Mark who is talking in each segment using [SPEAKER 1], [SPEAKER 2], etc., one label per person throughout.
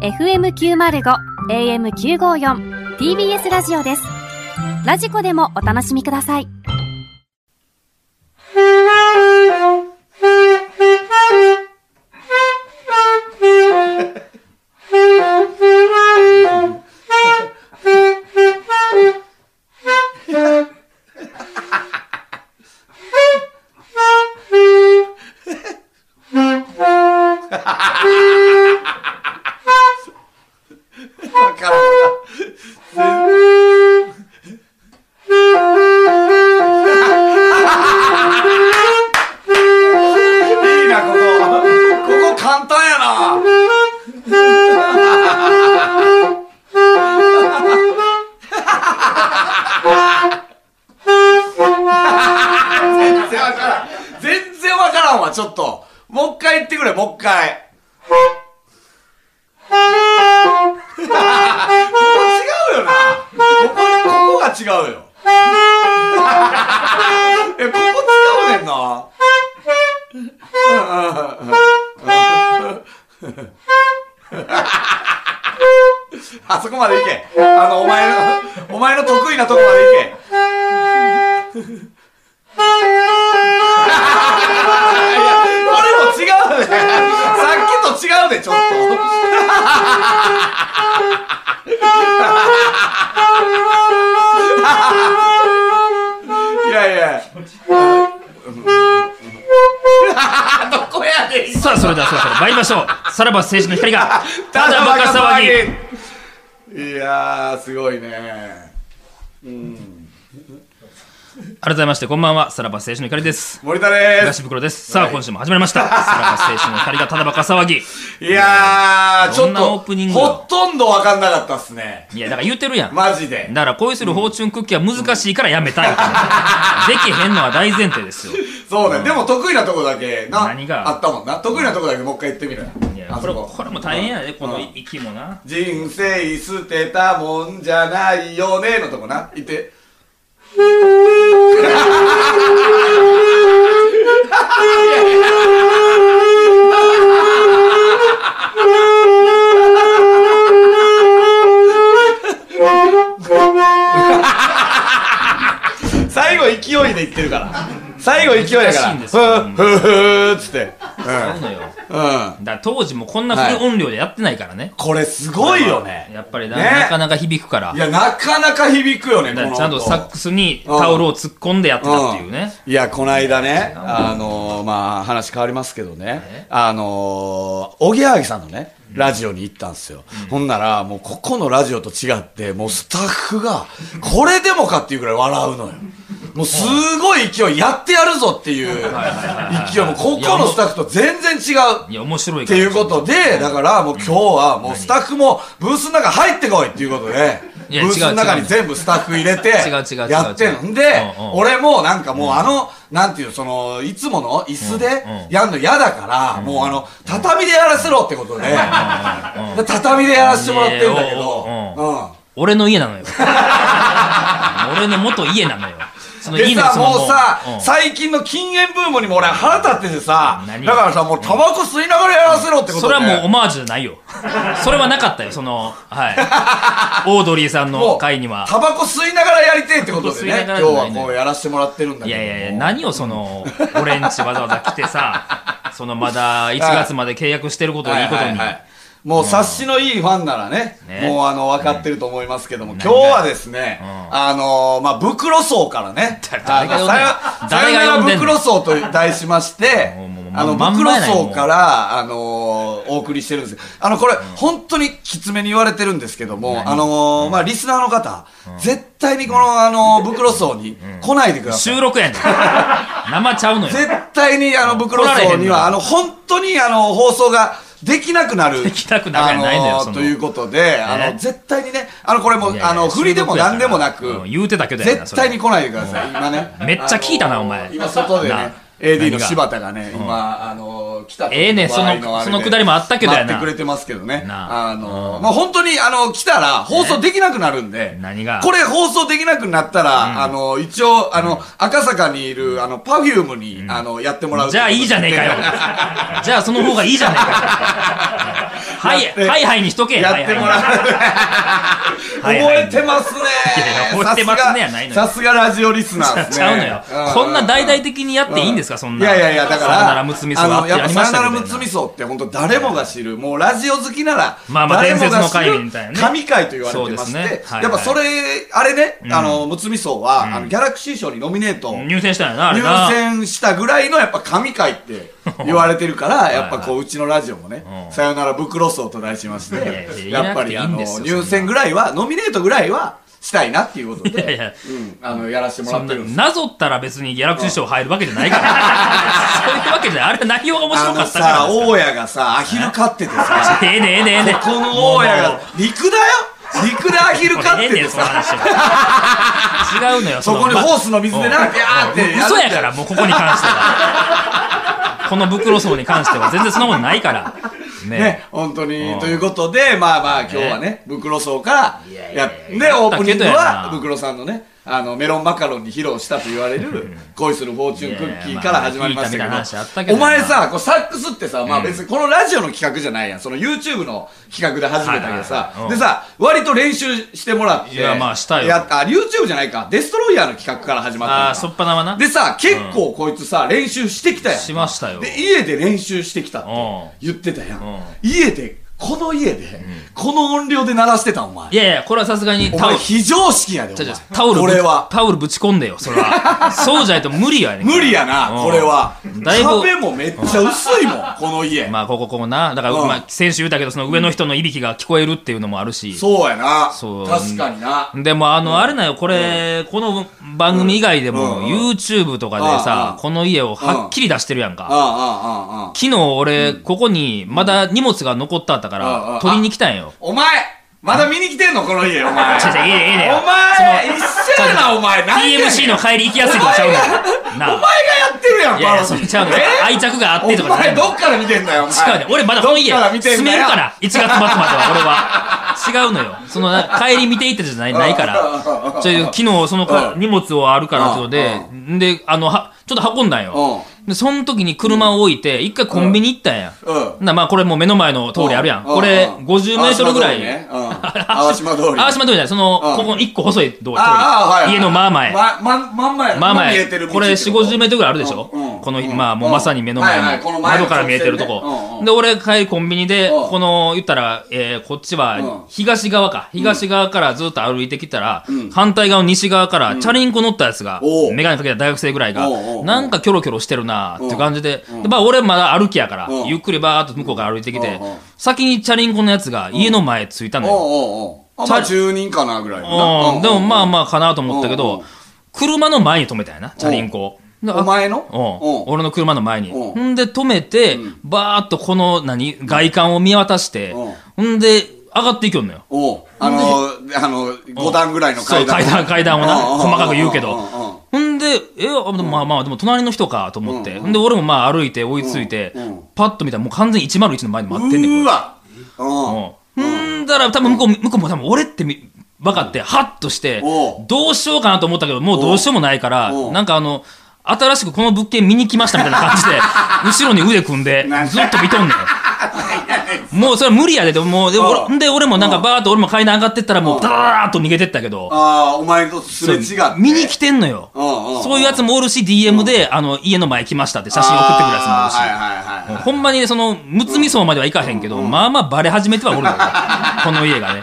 [SPEAKER 1] FM905 AM954 TBS ラジオですラジコでもお楽しみください
[SPEAKER 2] わからん全然いいなここここ簡単やな全然わからん全然わからんわちょっともう一回言ってくれもう一回ここ違うよなここここが違うよえここ違うねんなうんうんうんうんあそこまで行けあのお前のお前の得意なとこまで行けいやこれも違うねさっきと違うねちょっといやいや。どこやねん。
[SPEAKER 3] さあそれではそろそろ参りましょうさらば青春の光が ただバカ騒ぎ
[SPEAKER 2] ぎ。いやー、すごいね。
[SPEAKER 3] 改めましてこんばんはさらば青春の光です
[SPEAKER 2] 森田で
[SPEAKER 3] 東
[SPEAKER 2] す。
[SPEAKER 3] 袋ですさあ、
[SPEAKER 2] はい
[SPEAKER 3] 今週も始まり ましたさらば青春の光がただバカ騒ぎ
[SPEAKER 2] いやー、ち
[SPEAKER 3] ど
[SPEAKER 2] ょ
[SPEAKER 3] ん
[SPEAKER 2] っ
[SPEAKER 3] な
[SPEAKER 2] と、
[SPEAKER 3] オープニングよ
[SPEAKER 2] ほとんどわかんなかったっすね。
[SPEAKER 3] いやだから言うてるやんだ
[SPEAKER 2] マジで。
[SPEAKER 3] から恋するフォーチュンクッキーは難しいからやめたいって ねできへんのは大前提ですよ
[SPEAKER 2] そうね。でも得意なとこだけ、な、
[SPEAKER 3] 何が
[SPEAKER 2] あったもんな。得意なとこだけもう一回言ってみろよ
[SPEAKER 3] いや
[SPEAKER 2] あ
[SPEAKER 3] こ
[SPEAKER 2] そ
[SPEAKER 3] れ
[SPEAKER 2] こ
[SPEAKER 3] これも大変やでこの
[SPEAKER 2] うん
[SPEAKER 3] 息もな
[SPEAKER 2] 人生捨てたもんじゃないよねのとこな。言って。最後勢いで言ってるから。最後勢いだか
[SPEAKER 3] 難し
[SPEAKER 2] ら。
[SPEAKER 3] いんです
[SPEAKER 2] ふ
[SPEAKER 3] よ
[SPEAKER 2] ーふーふーっつって。
[SPEAKER 3] そうなのよだか
[SPEAKER 2] うん。うん。
[SPEAKER 3] ら当時もこんなフル音量でやってないからね
[SPEAKER 2] これすごいよね。
[SPEAKER 3] やっぱりな,、
[SPEAKER 2] ね
[SPEAKER 3] なかなか響くから
[SPEAKER 2] いや、なかなか響くよね、
[SPEAKER 3] だから
[SPEAKER 2] この音
[SPEAKER 3] ちゃんとサックスにタオルを突っ込んでやってたっていうね、
[SPEAKER 2] いや、この間ね、あのーまあ、話変わりますけどね
[SPEAKER 3] え、
[SPEAKER 2] あのー、おぎやはぎさんのね、ラジオに行ったんですよ。ほんなら、もうここのラジオと違って、もうスタッフが、これでもかっていうぐらい笑うのよ。もうすごい勢い、やってやるぞっていう勢い、もうここのスタッフと全然違う。
[SPEAKER 3] いや面白い
[SPEAKER 2] っ
[SPEAKER 3] か
[SPEAKER 2] て
[SPEAKER 3] ら
[SPEAKER 2] いうことで、だからもう今日はもうスタッフもブースの中入ってこいっていうことで、ブ
[SPEAKER 3] いや違う
[SPEAKER 2] ースの中に全部スタッフ入れて
[SPEAKER 3] 違う違う違う、
[SPEAKER 2] やってん
[SPEAKER 3] 違う
[SPEAKER 2] で
[SPEAKER 3] うん、うん
[SPEAKER 2] 俺もなんかもうあの、なんていう、その、いつもの椅子で
[SPEAKER 3] うんうん
[SPEAKER 2] やんの嫌だから、もうあの、畳でやらせろってことで、 で畳でやらせてもらってんだけど、
[SPEAKER 3] ね
[SPEAKER 2] うん。
[SPEAKER 3] 俺の家なのよ 俺の元家なのよその
[SPEAKER 2] で
[SPEAKER 3] 家の
[SPEAKER 2] さ、
[SPEAKER 3] その
[SPEAKER 2] もうさ、
[SPEAKER 3] ん
[SPEAKER 2] 最近の禁煙ブームにも俺腹立っててさ、
[SPEAKER 3] 何
[SPEAKER 2] だからさ、もうタバコ吸いながらやらせろってことで。
[SPEAKER 3] それはもうオマージュじゃないよそれはなかったよその はいオードリーさん
[SPEAKER 2] も
[SPEAKER 3] の
[SPEAKER 2] う
[SPEAKER 3] 会には
[SPEAKER 2] タバコ吸いながらやりてえってことでね
[SPEAKER 3] タバコ吸い
[SPEAKER 2] 今日
[SPEAKER 3] ながらじゃない
[SPEAKER 2] は
[SPEAKER 3] ね
[SPEAKER 2] こうやらしてもらってるんだけど
[SPEAKER 3] いやいやいや
[SPEAKER 2] な
[SPEAKER 3] 何をその俺んちわざわざ来てさ そのまだ1月まで契約してることをいいことに
[SPEAKER 2] もう察しのいいファンならね、
[SPEAKER 3] ね
[SPEAKER 2] もうあの分かってると思いますけども、
[SPEAKER 3] ね
[SPEAKER 2] 今日はですね、
[SPEAKER 3] うん
[SPEAKER 2] あのーまあ、袋層からね、
[SPEAKER 3] 誰が呼んで
[SPEAKER 2] あ
[SPEAKER 3] んの
[SPEAKER 2] のさよ
[SPEAKER 3] 誰が
[SPEAKER 2] さよな
[SPEAKER 3] 呼
[SPEAKER 2] ら
[SPEAKER 3] んでんの
[SPEAKER 2] 袋層と題しまして
[SPEAKER 3] もうもうも、う
[SPEAKER 2] あの、
[SPEAKER 3] まん
[SPEAKER 2] 袋
[SPEAKER 3] まやない
[SPEAKER 2] 層から、あのーお送りしてるんですけどあの、これ、本当にきつめに言われてるんですけども、あのーまあ、リスナーの方、絶対にこの、あのー袋層に来ないでください。
[SPEAKER 3] 収録やねん生ちゃうのよ
[SPEAKER 2] 絶対にあの袋荘にはあの本当にあの放送ができなくなる。
[SPEAKER 3] できなくなるやないのよ
[SPEAKER 2] あ
[SPEAKER 3] そ
[SPEAKER 2] の
[SPEAKER 3] の
[SPEAKER 2] ということで、あの、絶対にね、あの、これも
[SPEAKER 3] いやい、や
[SPEAKER 2] あの、振りでも何でもなく
[SPEAKER 3] 収録やからうん、言うてたけどやな
[SPEAKER 2] 絶対に来ないでください、今ね。
[SPEAKER 3] めっちゃ聞いたな
[SPEAKER 2] あの
[SPEAKER 3] お前
[SPEAKER 2] 今、外でね
[SPEAKER 3] な、
[SPEAKER 2] AD の
[SPEAKER 3] 何が
[SPEAKER 2] 柴田がね、今、あの、の来た時
[SPEAKER 3] ええねん
[SPEAKER 2] 場合
[SPEAKER 3] その
[SPEAKER 2] あれで
[SPEAKER 3] そのくだりもあったけどやな
[SPEAKER 2] 待ってくれてますけどね
[SPEAKER 3] なあ
[SPEAKER 2] あのまあ本当にあの来たら放送できなくなるんで
[SPEAKER 3] 何が
[SPEAKER 2] これ放送できなくなったらあの一応あの赤坂にいるあのパフュームにあのやってもらう
[SPEAKER 3] じゃあいいじゃねえかよじゃあその方がいいじゃねえかよはい
[SPEAKER 2] やって
[SPEAKER 3] はいはいにしと け
[SPEAKER 2] やってもらう
[SPEAKER 3] はいはい はい
[SPEAKER 2] 覚えてますね
[SPEAKER 3] いや覚えてますねやないのよ
[SPEAKER 2] さすがさすがラジオリスナーです
[SPEAKER 3] ち
[SPEAKER 2] ね
[SPEAKER 3] ゃうのよ
[SPEAKER 2] う。
[SPEAKER 3] こんな大々的にやっていいんですか、そんな。
[SPEAKER 2] いやいやいや、だか
[SPEAKER 3] さよなら
[SPEAKER 2] ら、
[SPEAKER 3] むつみそ
[SPEAKER 2] あ
[SPEAKER 3] ば
[SPEAKER 2] の
[SPEAKER 3] っ
[SPEAKER 2] や
[SPEAKER 3] て
[SPEAKER 2] っ
[SPEAKER 3] や
[SPEAKER 2] ぱ
[SPEAKER 3] り
[SPEAKER 2] さよ
[SPEAKER 3] まし
[SPEAKER 2] な
[SPEAKER 3] た
[SPEAKER 2] ら
[SPEAKER 3] け
[SPEAKER 2] む
[SPEAKER 3] ど
[SPEAKER 2] つみそって本当誰もが知る、もうラジオ好きなら、
[SPEAKER 3] まあまあ
[SPEAKER 2] 誰もが知る
[SPEAKER 3] 伝説の回みたいなね
[SPEAKER 2] 神回と言われてまし
[SPEAKER 3] そうですね
[SPEAKER 2] て、
[SPEAKER 3] はいはい
[SPEAKER 2] やっぱそれ、あれね、あの、むつみそは、あの、ギャラクシー賞にノミネート、
[SPEAKER 3] 入選したんやな、あれ
[SPEAKER 2] 入
[SPEAKER 3] な。
[SPEAKER 2] 選したぐらいのやっぱ神回って言われてるからやっぱこううちのラジオもね「
[SPEAKER 3] うん
[SPEAKER 2] さよなら袋荘」と題しまし
[SPEAKER 3] いや
[SPEAKER 2] て
[SPEAKER 3] いや
[SPEAKER 2] やっぱりあ
[SPEAKER 3] い
[SPEAKER 2] の
[SPEAKER 3] なくていいんですよ
[SPEAKER 2] 入選ぐらいはノミネートぐらいはしたいなっていうこと
[SPEAKER 3] いやいや
[SPEAKER 2] でうんあのやらせてもら
[SPEAKER 3] そ
[SPEAKER 2] っ
[SPEAKER 3] ん
[SPEAKER 2] て
[SPEAKER 3] な、
[SPEAKER 2] るんです
[SPEAKER 3] なぞったら別にギャラクシー賞入るわけじゃ ないから。そういうわけじゃない。あれ内容が面
[SPEAKER 2] あ
[SPEAKER 3] 白か
[SPEAKER 2] の
[SPEAKER 3] ったから
[SPEAKER 2] さ
[SPEAKER 3] です
[SPEAKER 2] 大家がさアヒル飼っててさ
[SPEAKER 3] から。ええねええねええね。
[SPEAKER 2] この大家
[SPEAKER 3] もう
[SPEAKER 2] が
[SPEAKER 3] も
[SPEAKER 2] 陸だよ陸でアヒル
[SPEAKER 3] う
[SPEAKER 2] 飼っ
[SPEAKER 3] ええ
[SPEAKER 2] て
[SPEAKER 3] ね
[SPEAKER 2] て
[SPEAKER 3] んその
[SPEAKER 2] さ
[SPEAKER 3] 話は。違うのよ、
[SPEAKER 2] そこに
[SPEAKER 3] の
[SPEAKER 2] ホースの水でなビャーってやる
[SPEAKER 3] 嘘やから、もうここに関して は。この袋層に関しては全然そんなことないから。ね
[SPEAKER 2] ね、本当
[SPEAKER 3] う
[SPEAKER 2] に。
[SPEAKER 3] ん
[SPEAKER 2] ということで、まあまあ、今日はね、ブクロソーから
[SPEAKER 3] いやいや
[SPEAKER 2] や
[SPEAKER 3] いや
[SPEAKER 2] で、
[SPEAKER 3] や
[SPEAKER 2] オ
[SPEAKER 3] っ
[SPEAKER 2] ー
[SPEAKER 3] た
[SPEAKER 2] プ
[SPEAKER 3] け
[SPEAKER 2] ニング
[SPEAKER 3] どやな
[SPEAKER 2] は、ブクロさんのね、あの、メロンマカロンに披露したと言われる、恋するフォーチュンクッキーから始まりま
[SPEAKER 3] いやいやまあ
[SPEAKER 2] し
[SPEAKER 3] 聞いたみたいな話あったた
[SPEAKER 2] け
[SPEAKER 3] け
[SPEAKER 2] ど、
[SPEAKER 3] ど
[SPEAKER 2] お
[SPEAKER 3] な
[SPEAKER 2] 前さ、こうサックスってさ、まあ別にこのラジオの企画じゃないやん。その YouTube の企画で始めたけど
[SPEAKER 3] はいはいはい
[SPEAKER 2] さ
[SPEAKER 3] う、ん
[SPEAKER 2] でさ、割と練習してもらって、
[SPEAKER 3] いやまあしたよ
[SPEAKER 2] やった、あ YouTube じゃないか、デストロイヤーの企画から始まったん
[SPEAKER 3] あ
[SPEAKER 2] だ
[SPEAKER 3] あ、そっぱなはな。
[SPEAKER 2] でさ、結構こいつさ、練習してきたやん。
[SPEAKER 3] しましたよ。
[SPEAKER 2] で家で練習してきたって
[SPEAKER 3] うん
[SPEAKER 2] 言ってたやん、
[SPEAKER 3] うん
[SPEAKER 2] 家でこの家で、この音量で鳴らしてたんお前
[SPEAKER 3] いやいや、これはさすがに
[SPEAKER 2] お
[SPEAKER 3] タオ
[SPEAKER 2] 前
[SPEAKER 3] ル、
[SPEAKER 2] 非常識やでお
[SPEAKER 3] ちょち
[SPEAKER 2] 前
[SPEAKER 3] ょタオル
[SPEAKER 2] こ
[SPEAKER 3] ぶ
[SPEAKER 2] れは
[SPEAKER 3] タオルぶち込んでよ、そ れは。そうじゃないと無理やねんから
[SPEAKER 2] 無理やな、
[SPEAKER 3] うん
[SPEAKER 2] これは
[SPEAKER 3] だいぶ
[SPEAKER 2] 壁もめっちゃ薄いもんこの家、
[SPEAKER 3] まあ、ここ、ここな。だから、
[SPEAKER 2] うん
[SPEAKER 3] まあ、先週言ったけど、その上の人のいびきが聞こえるっていうのもあるし。
[SPEAKER 2] そうやな
[SPEAKER 3] そう
[SPEAKER 2] 確かにな
[SPEAKER 3] でも、あの、あれなよ、これ、この番組以外でも、
[SPEAKER 2] うんうんうん
[SPEAKER 3] YouTube とかで
[SPEAKER 2] うんう
[SPEAKER 3] さ
[SPEAKER 2] ん、
[SPEAKER 3] この家をはっきり出してるやん
[SPEAKER 2] ああ
[SPEAKER 3] か。
[SPEAKER 2] ああああ
[SPEAKER 3] 昨日、俺、ここに、まだ荷物が残ったった
[SPEAKER 2] うんうん
[SPEAKER 3] から、取りに来たんよ。
[SPEAKER 2] お前まだ見に来てんのこの家お前
[SPEAKER 3] ちょちょいいねいいね
[SPEAKER 2] お前一緒やなお前何やねん
[SPEAKER 3] TMC の帰り行きやすいとかちゃうのな
[SPEAKER 2] お前がやってるやん
[SPEAKER 3] いやいや、
[SPEAKER 2] パ
[SPEAKER 3] そ
[SPEAKER 2] ロデ
[SPEAKER 3] れ
[SPEAKER 2] ィ
[SPEAKER 3] ちゃうの
[SPEAKER 2] え
[SPEAKER 3] 愛着があってと
[SPEAKER 2] お
[SPEAKER 3] かじゃ
[SPEAKER 2] 前
[SPEAKER 3] ないの
[SPEAKER 2] どっから見てんだよお前
[SPEAKER 3] 違うね。俺まだこの家、
[SPEAKER 2] どっから見てんだよ
[SPEAKER 3] 住めるから、1月末まで は、俺は。違うのよ。その、な帰り見ていってじゃない、ないから。ちょ、昨日、そのか
[SPEAKER 2] う
[SPEAKER 3] 荷物をあるからってことで、で、あの、は、ちょっと運んだんよ。で、その時に車を置いて、一回コンビニ行ったんや。
[SPEAKER 2] うんうん
[SPEAKER 3] な、まあ、これもう目の前の通りあるやん。これ、50メートルぐらい。
[SPEAKER 2] 淡島通りねうん
[SPEAKER 3] 淡島通りじゃない、その、
[SPEAKER 2] うん
[SPEAKER 3] ここの一個細い通り。
[SPEAKER 2] ああはい
[SPEAKER 3] 家の真前。
[SPEAKER 2] まま真ん前
[SPEAKER 3] まあまあ
[SPEAKER 2] 見えてる、道
[SPEAKER 3] これ4、50メートルぐらいあるでしょ
[SPEAKER 2] うんうん
[SPEAKER 3] この、
[SPEAKER 2] うん
[SPEAKER 3] まあもうまさに目の前
[SPEAKER 2] はいはいこの
[SPEAKER 3] の
[SPEAKER 2] 前の
[SPEAKER 3] 窓から見えてると
[SPEAKER 2] 直線ねうんう
[SPEAKER 3] こ
[SPEAKER 2] ん。
[SPEAKER 3] で、俺帰りコンビニで
[SPEAKER 2] うん、
[SPEAKER 3] この、言ったら、えーこっち
[SPEAKER 2] うん
[SPEAKER 3] は東側か。東側からずっと歩いてきたら
[SPEAKER 2] ん、
[SPEAKER 3] 反対側の西側からチャリンコ乗ったやつが
[SPEAKER 2] おう、
[SPEAKER 3] メガネかけた大学生ぐらいが
[SPEAKER 2] おうおうおう、
[SPEAKER 3] なんかキョロキョロしてるなーって感じで、
[SPEAKER 2] うん
[SPEAKER 3] でまあ俺まだ歩きやから
[SPEAKER 2] う、ん
[SPEAKER 3] ゆっくりバーっと向こうから歩いてきて
[SPEAKER 2] うんうん、
[SPEAKER 3] 先にチャリンコのやつが家の前着いたの
[SPEAKER 2] おう
[SPEAKER 3] よ。
[SPEAKER 2] おうおうあまあ10人かなぐらいのな
[SPEAKER 3] うんでもまあ
[SPEAKER 2] あ
[SPEAKER 3] まあかなと思ったけ
[SPEAKER 2] うん
[SPEAKER 3] ど、車の前に止めたんやな、チャリンコを。であ
[SPEAKER 2] お前の
[SPEAKER 3] うん、
[SPEAKER 2] うん
[SPEAKER 3] 俺の車の前に。
[SPEAKER 2] うん
[SPEAKER 3] んで、止めて、バーっとこの、何、外観を見渡して、んで、上がっていきよんのよ。
[SPEAKER 2] おうあのあの5段ぐらいの
[SPEAKER 3] そ
[SPEAKER 2] 階
[SPEAKER 3] う、
[SPEAKER 2] 段
[SPEAKER 3] 階段、階段をな、細かく言うけど。
[SPEAKER 2] ど
[SPEAKER 3] ほんで、え、あまあまあ、でも隣の人かと思って。
[SPEAKER 2] うん
[SPEAKER 3] んで、俺もまあ歩いて追いついて、
[SPEAKER 2] うんうん
[SPEAKER 3] パッと見たらもう完全に101の前に待ってんね
[SPEAKER 2] うー
[SPEAKER 3] んこれ
[SPEAKER 2] わうん
[SPEAKER 3] うん。んだら、多分向こう、向こうも多分俺ってみ、分かって、ハッとして
[SPEAKER 2] おう、
[SPEAKER 3] どうしようかなと思ったけど、もうどうしようもないから
[SPEAKER 2] おう、
[SPEAKER 3] なんかあの、新しくこの物件見に来ましたみたいな 感じで、後ろに腕組んで
[SPEAKER 2] なん、だ
[SPEAKER 3] ずっと見とんねん。 もうそれは無理やで、でももう、で、
[SPEAKER 2] おう
[SPEAKER 3] 俺で俺もなんかバーっと俺も階段上がってったら、も
[SPEAKER 2] おう
[SPEAKER 3] うダラーっと逃げてったけど、
[SPEAKER 2] ああお前とすれ違って
[SPEAKER 3] そう見に来てんのよ。そういうやつ
[SPEAKER 2] も
[SPEAKER 3] もおるし、DM で、あの、家の前来ましたって写真送ってくるやつもおるし。
[SPEAKER 2] はいはいはい
[SPEAKER 3] ほんまにね、その、むつみ層まではいかへんけど、まあまあバレ始めてはおるよ。 この家がね。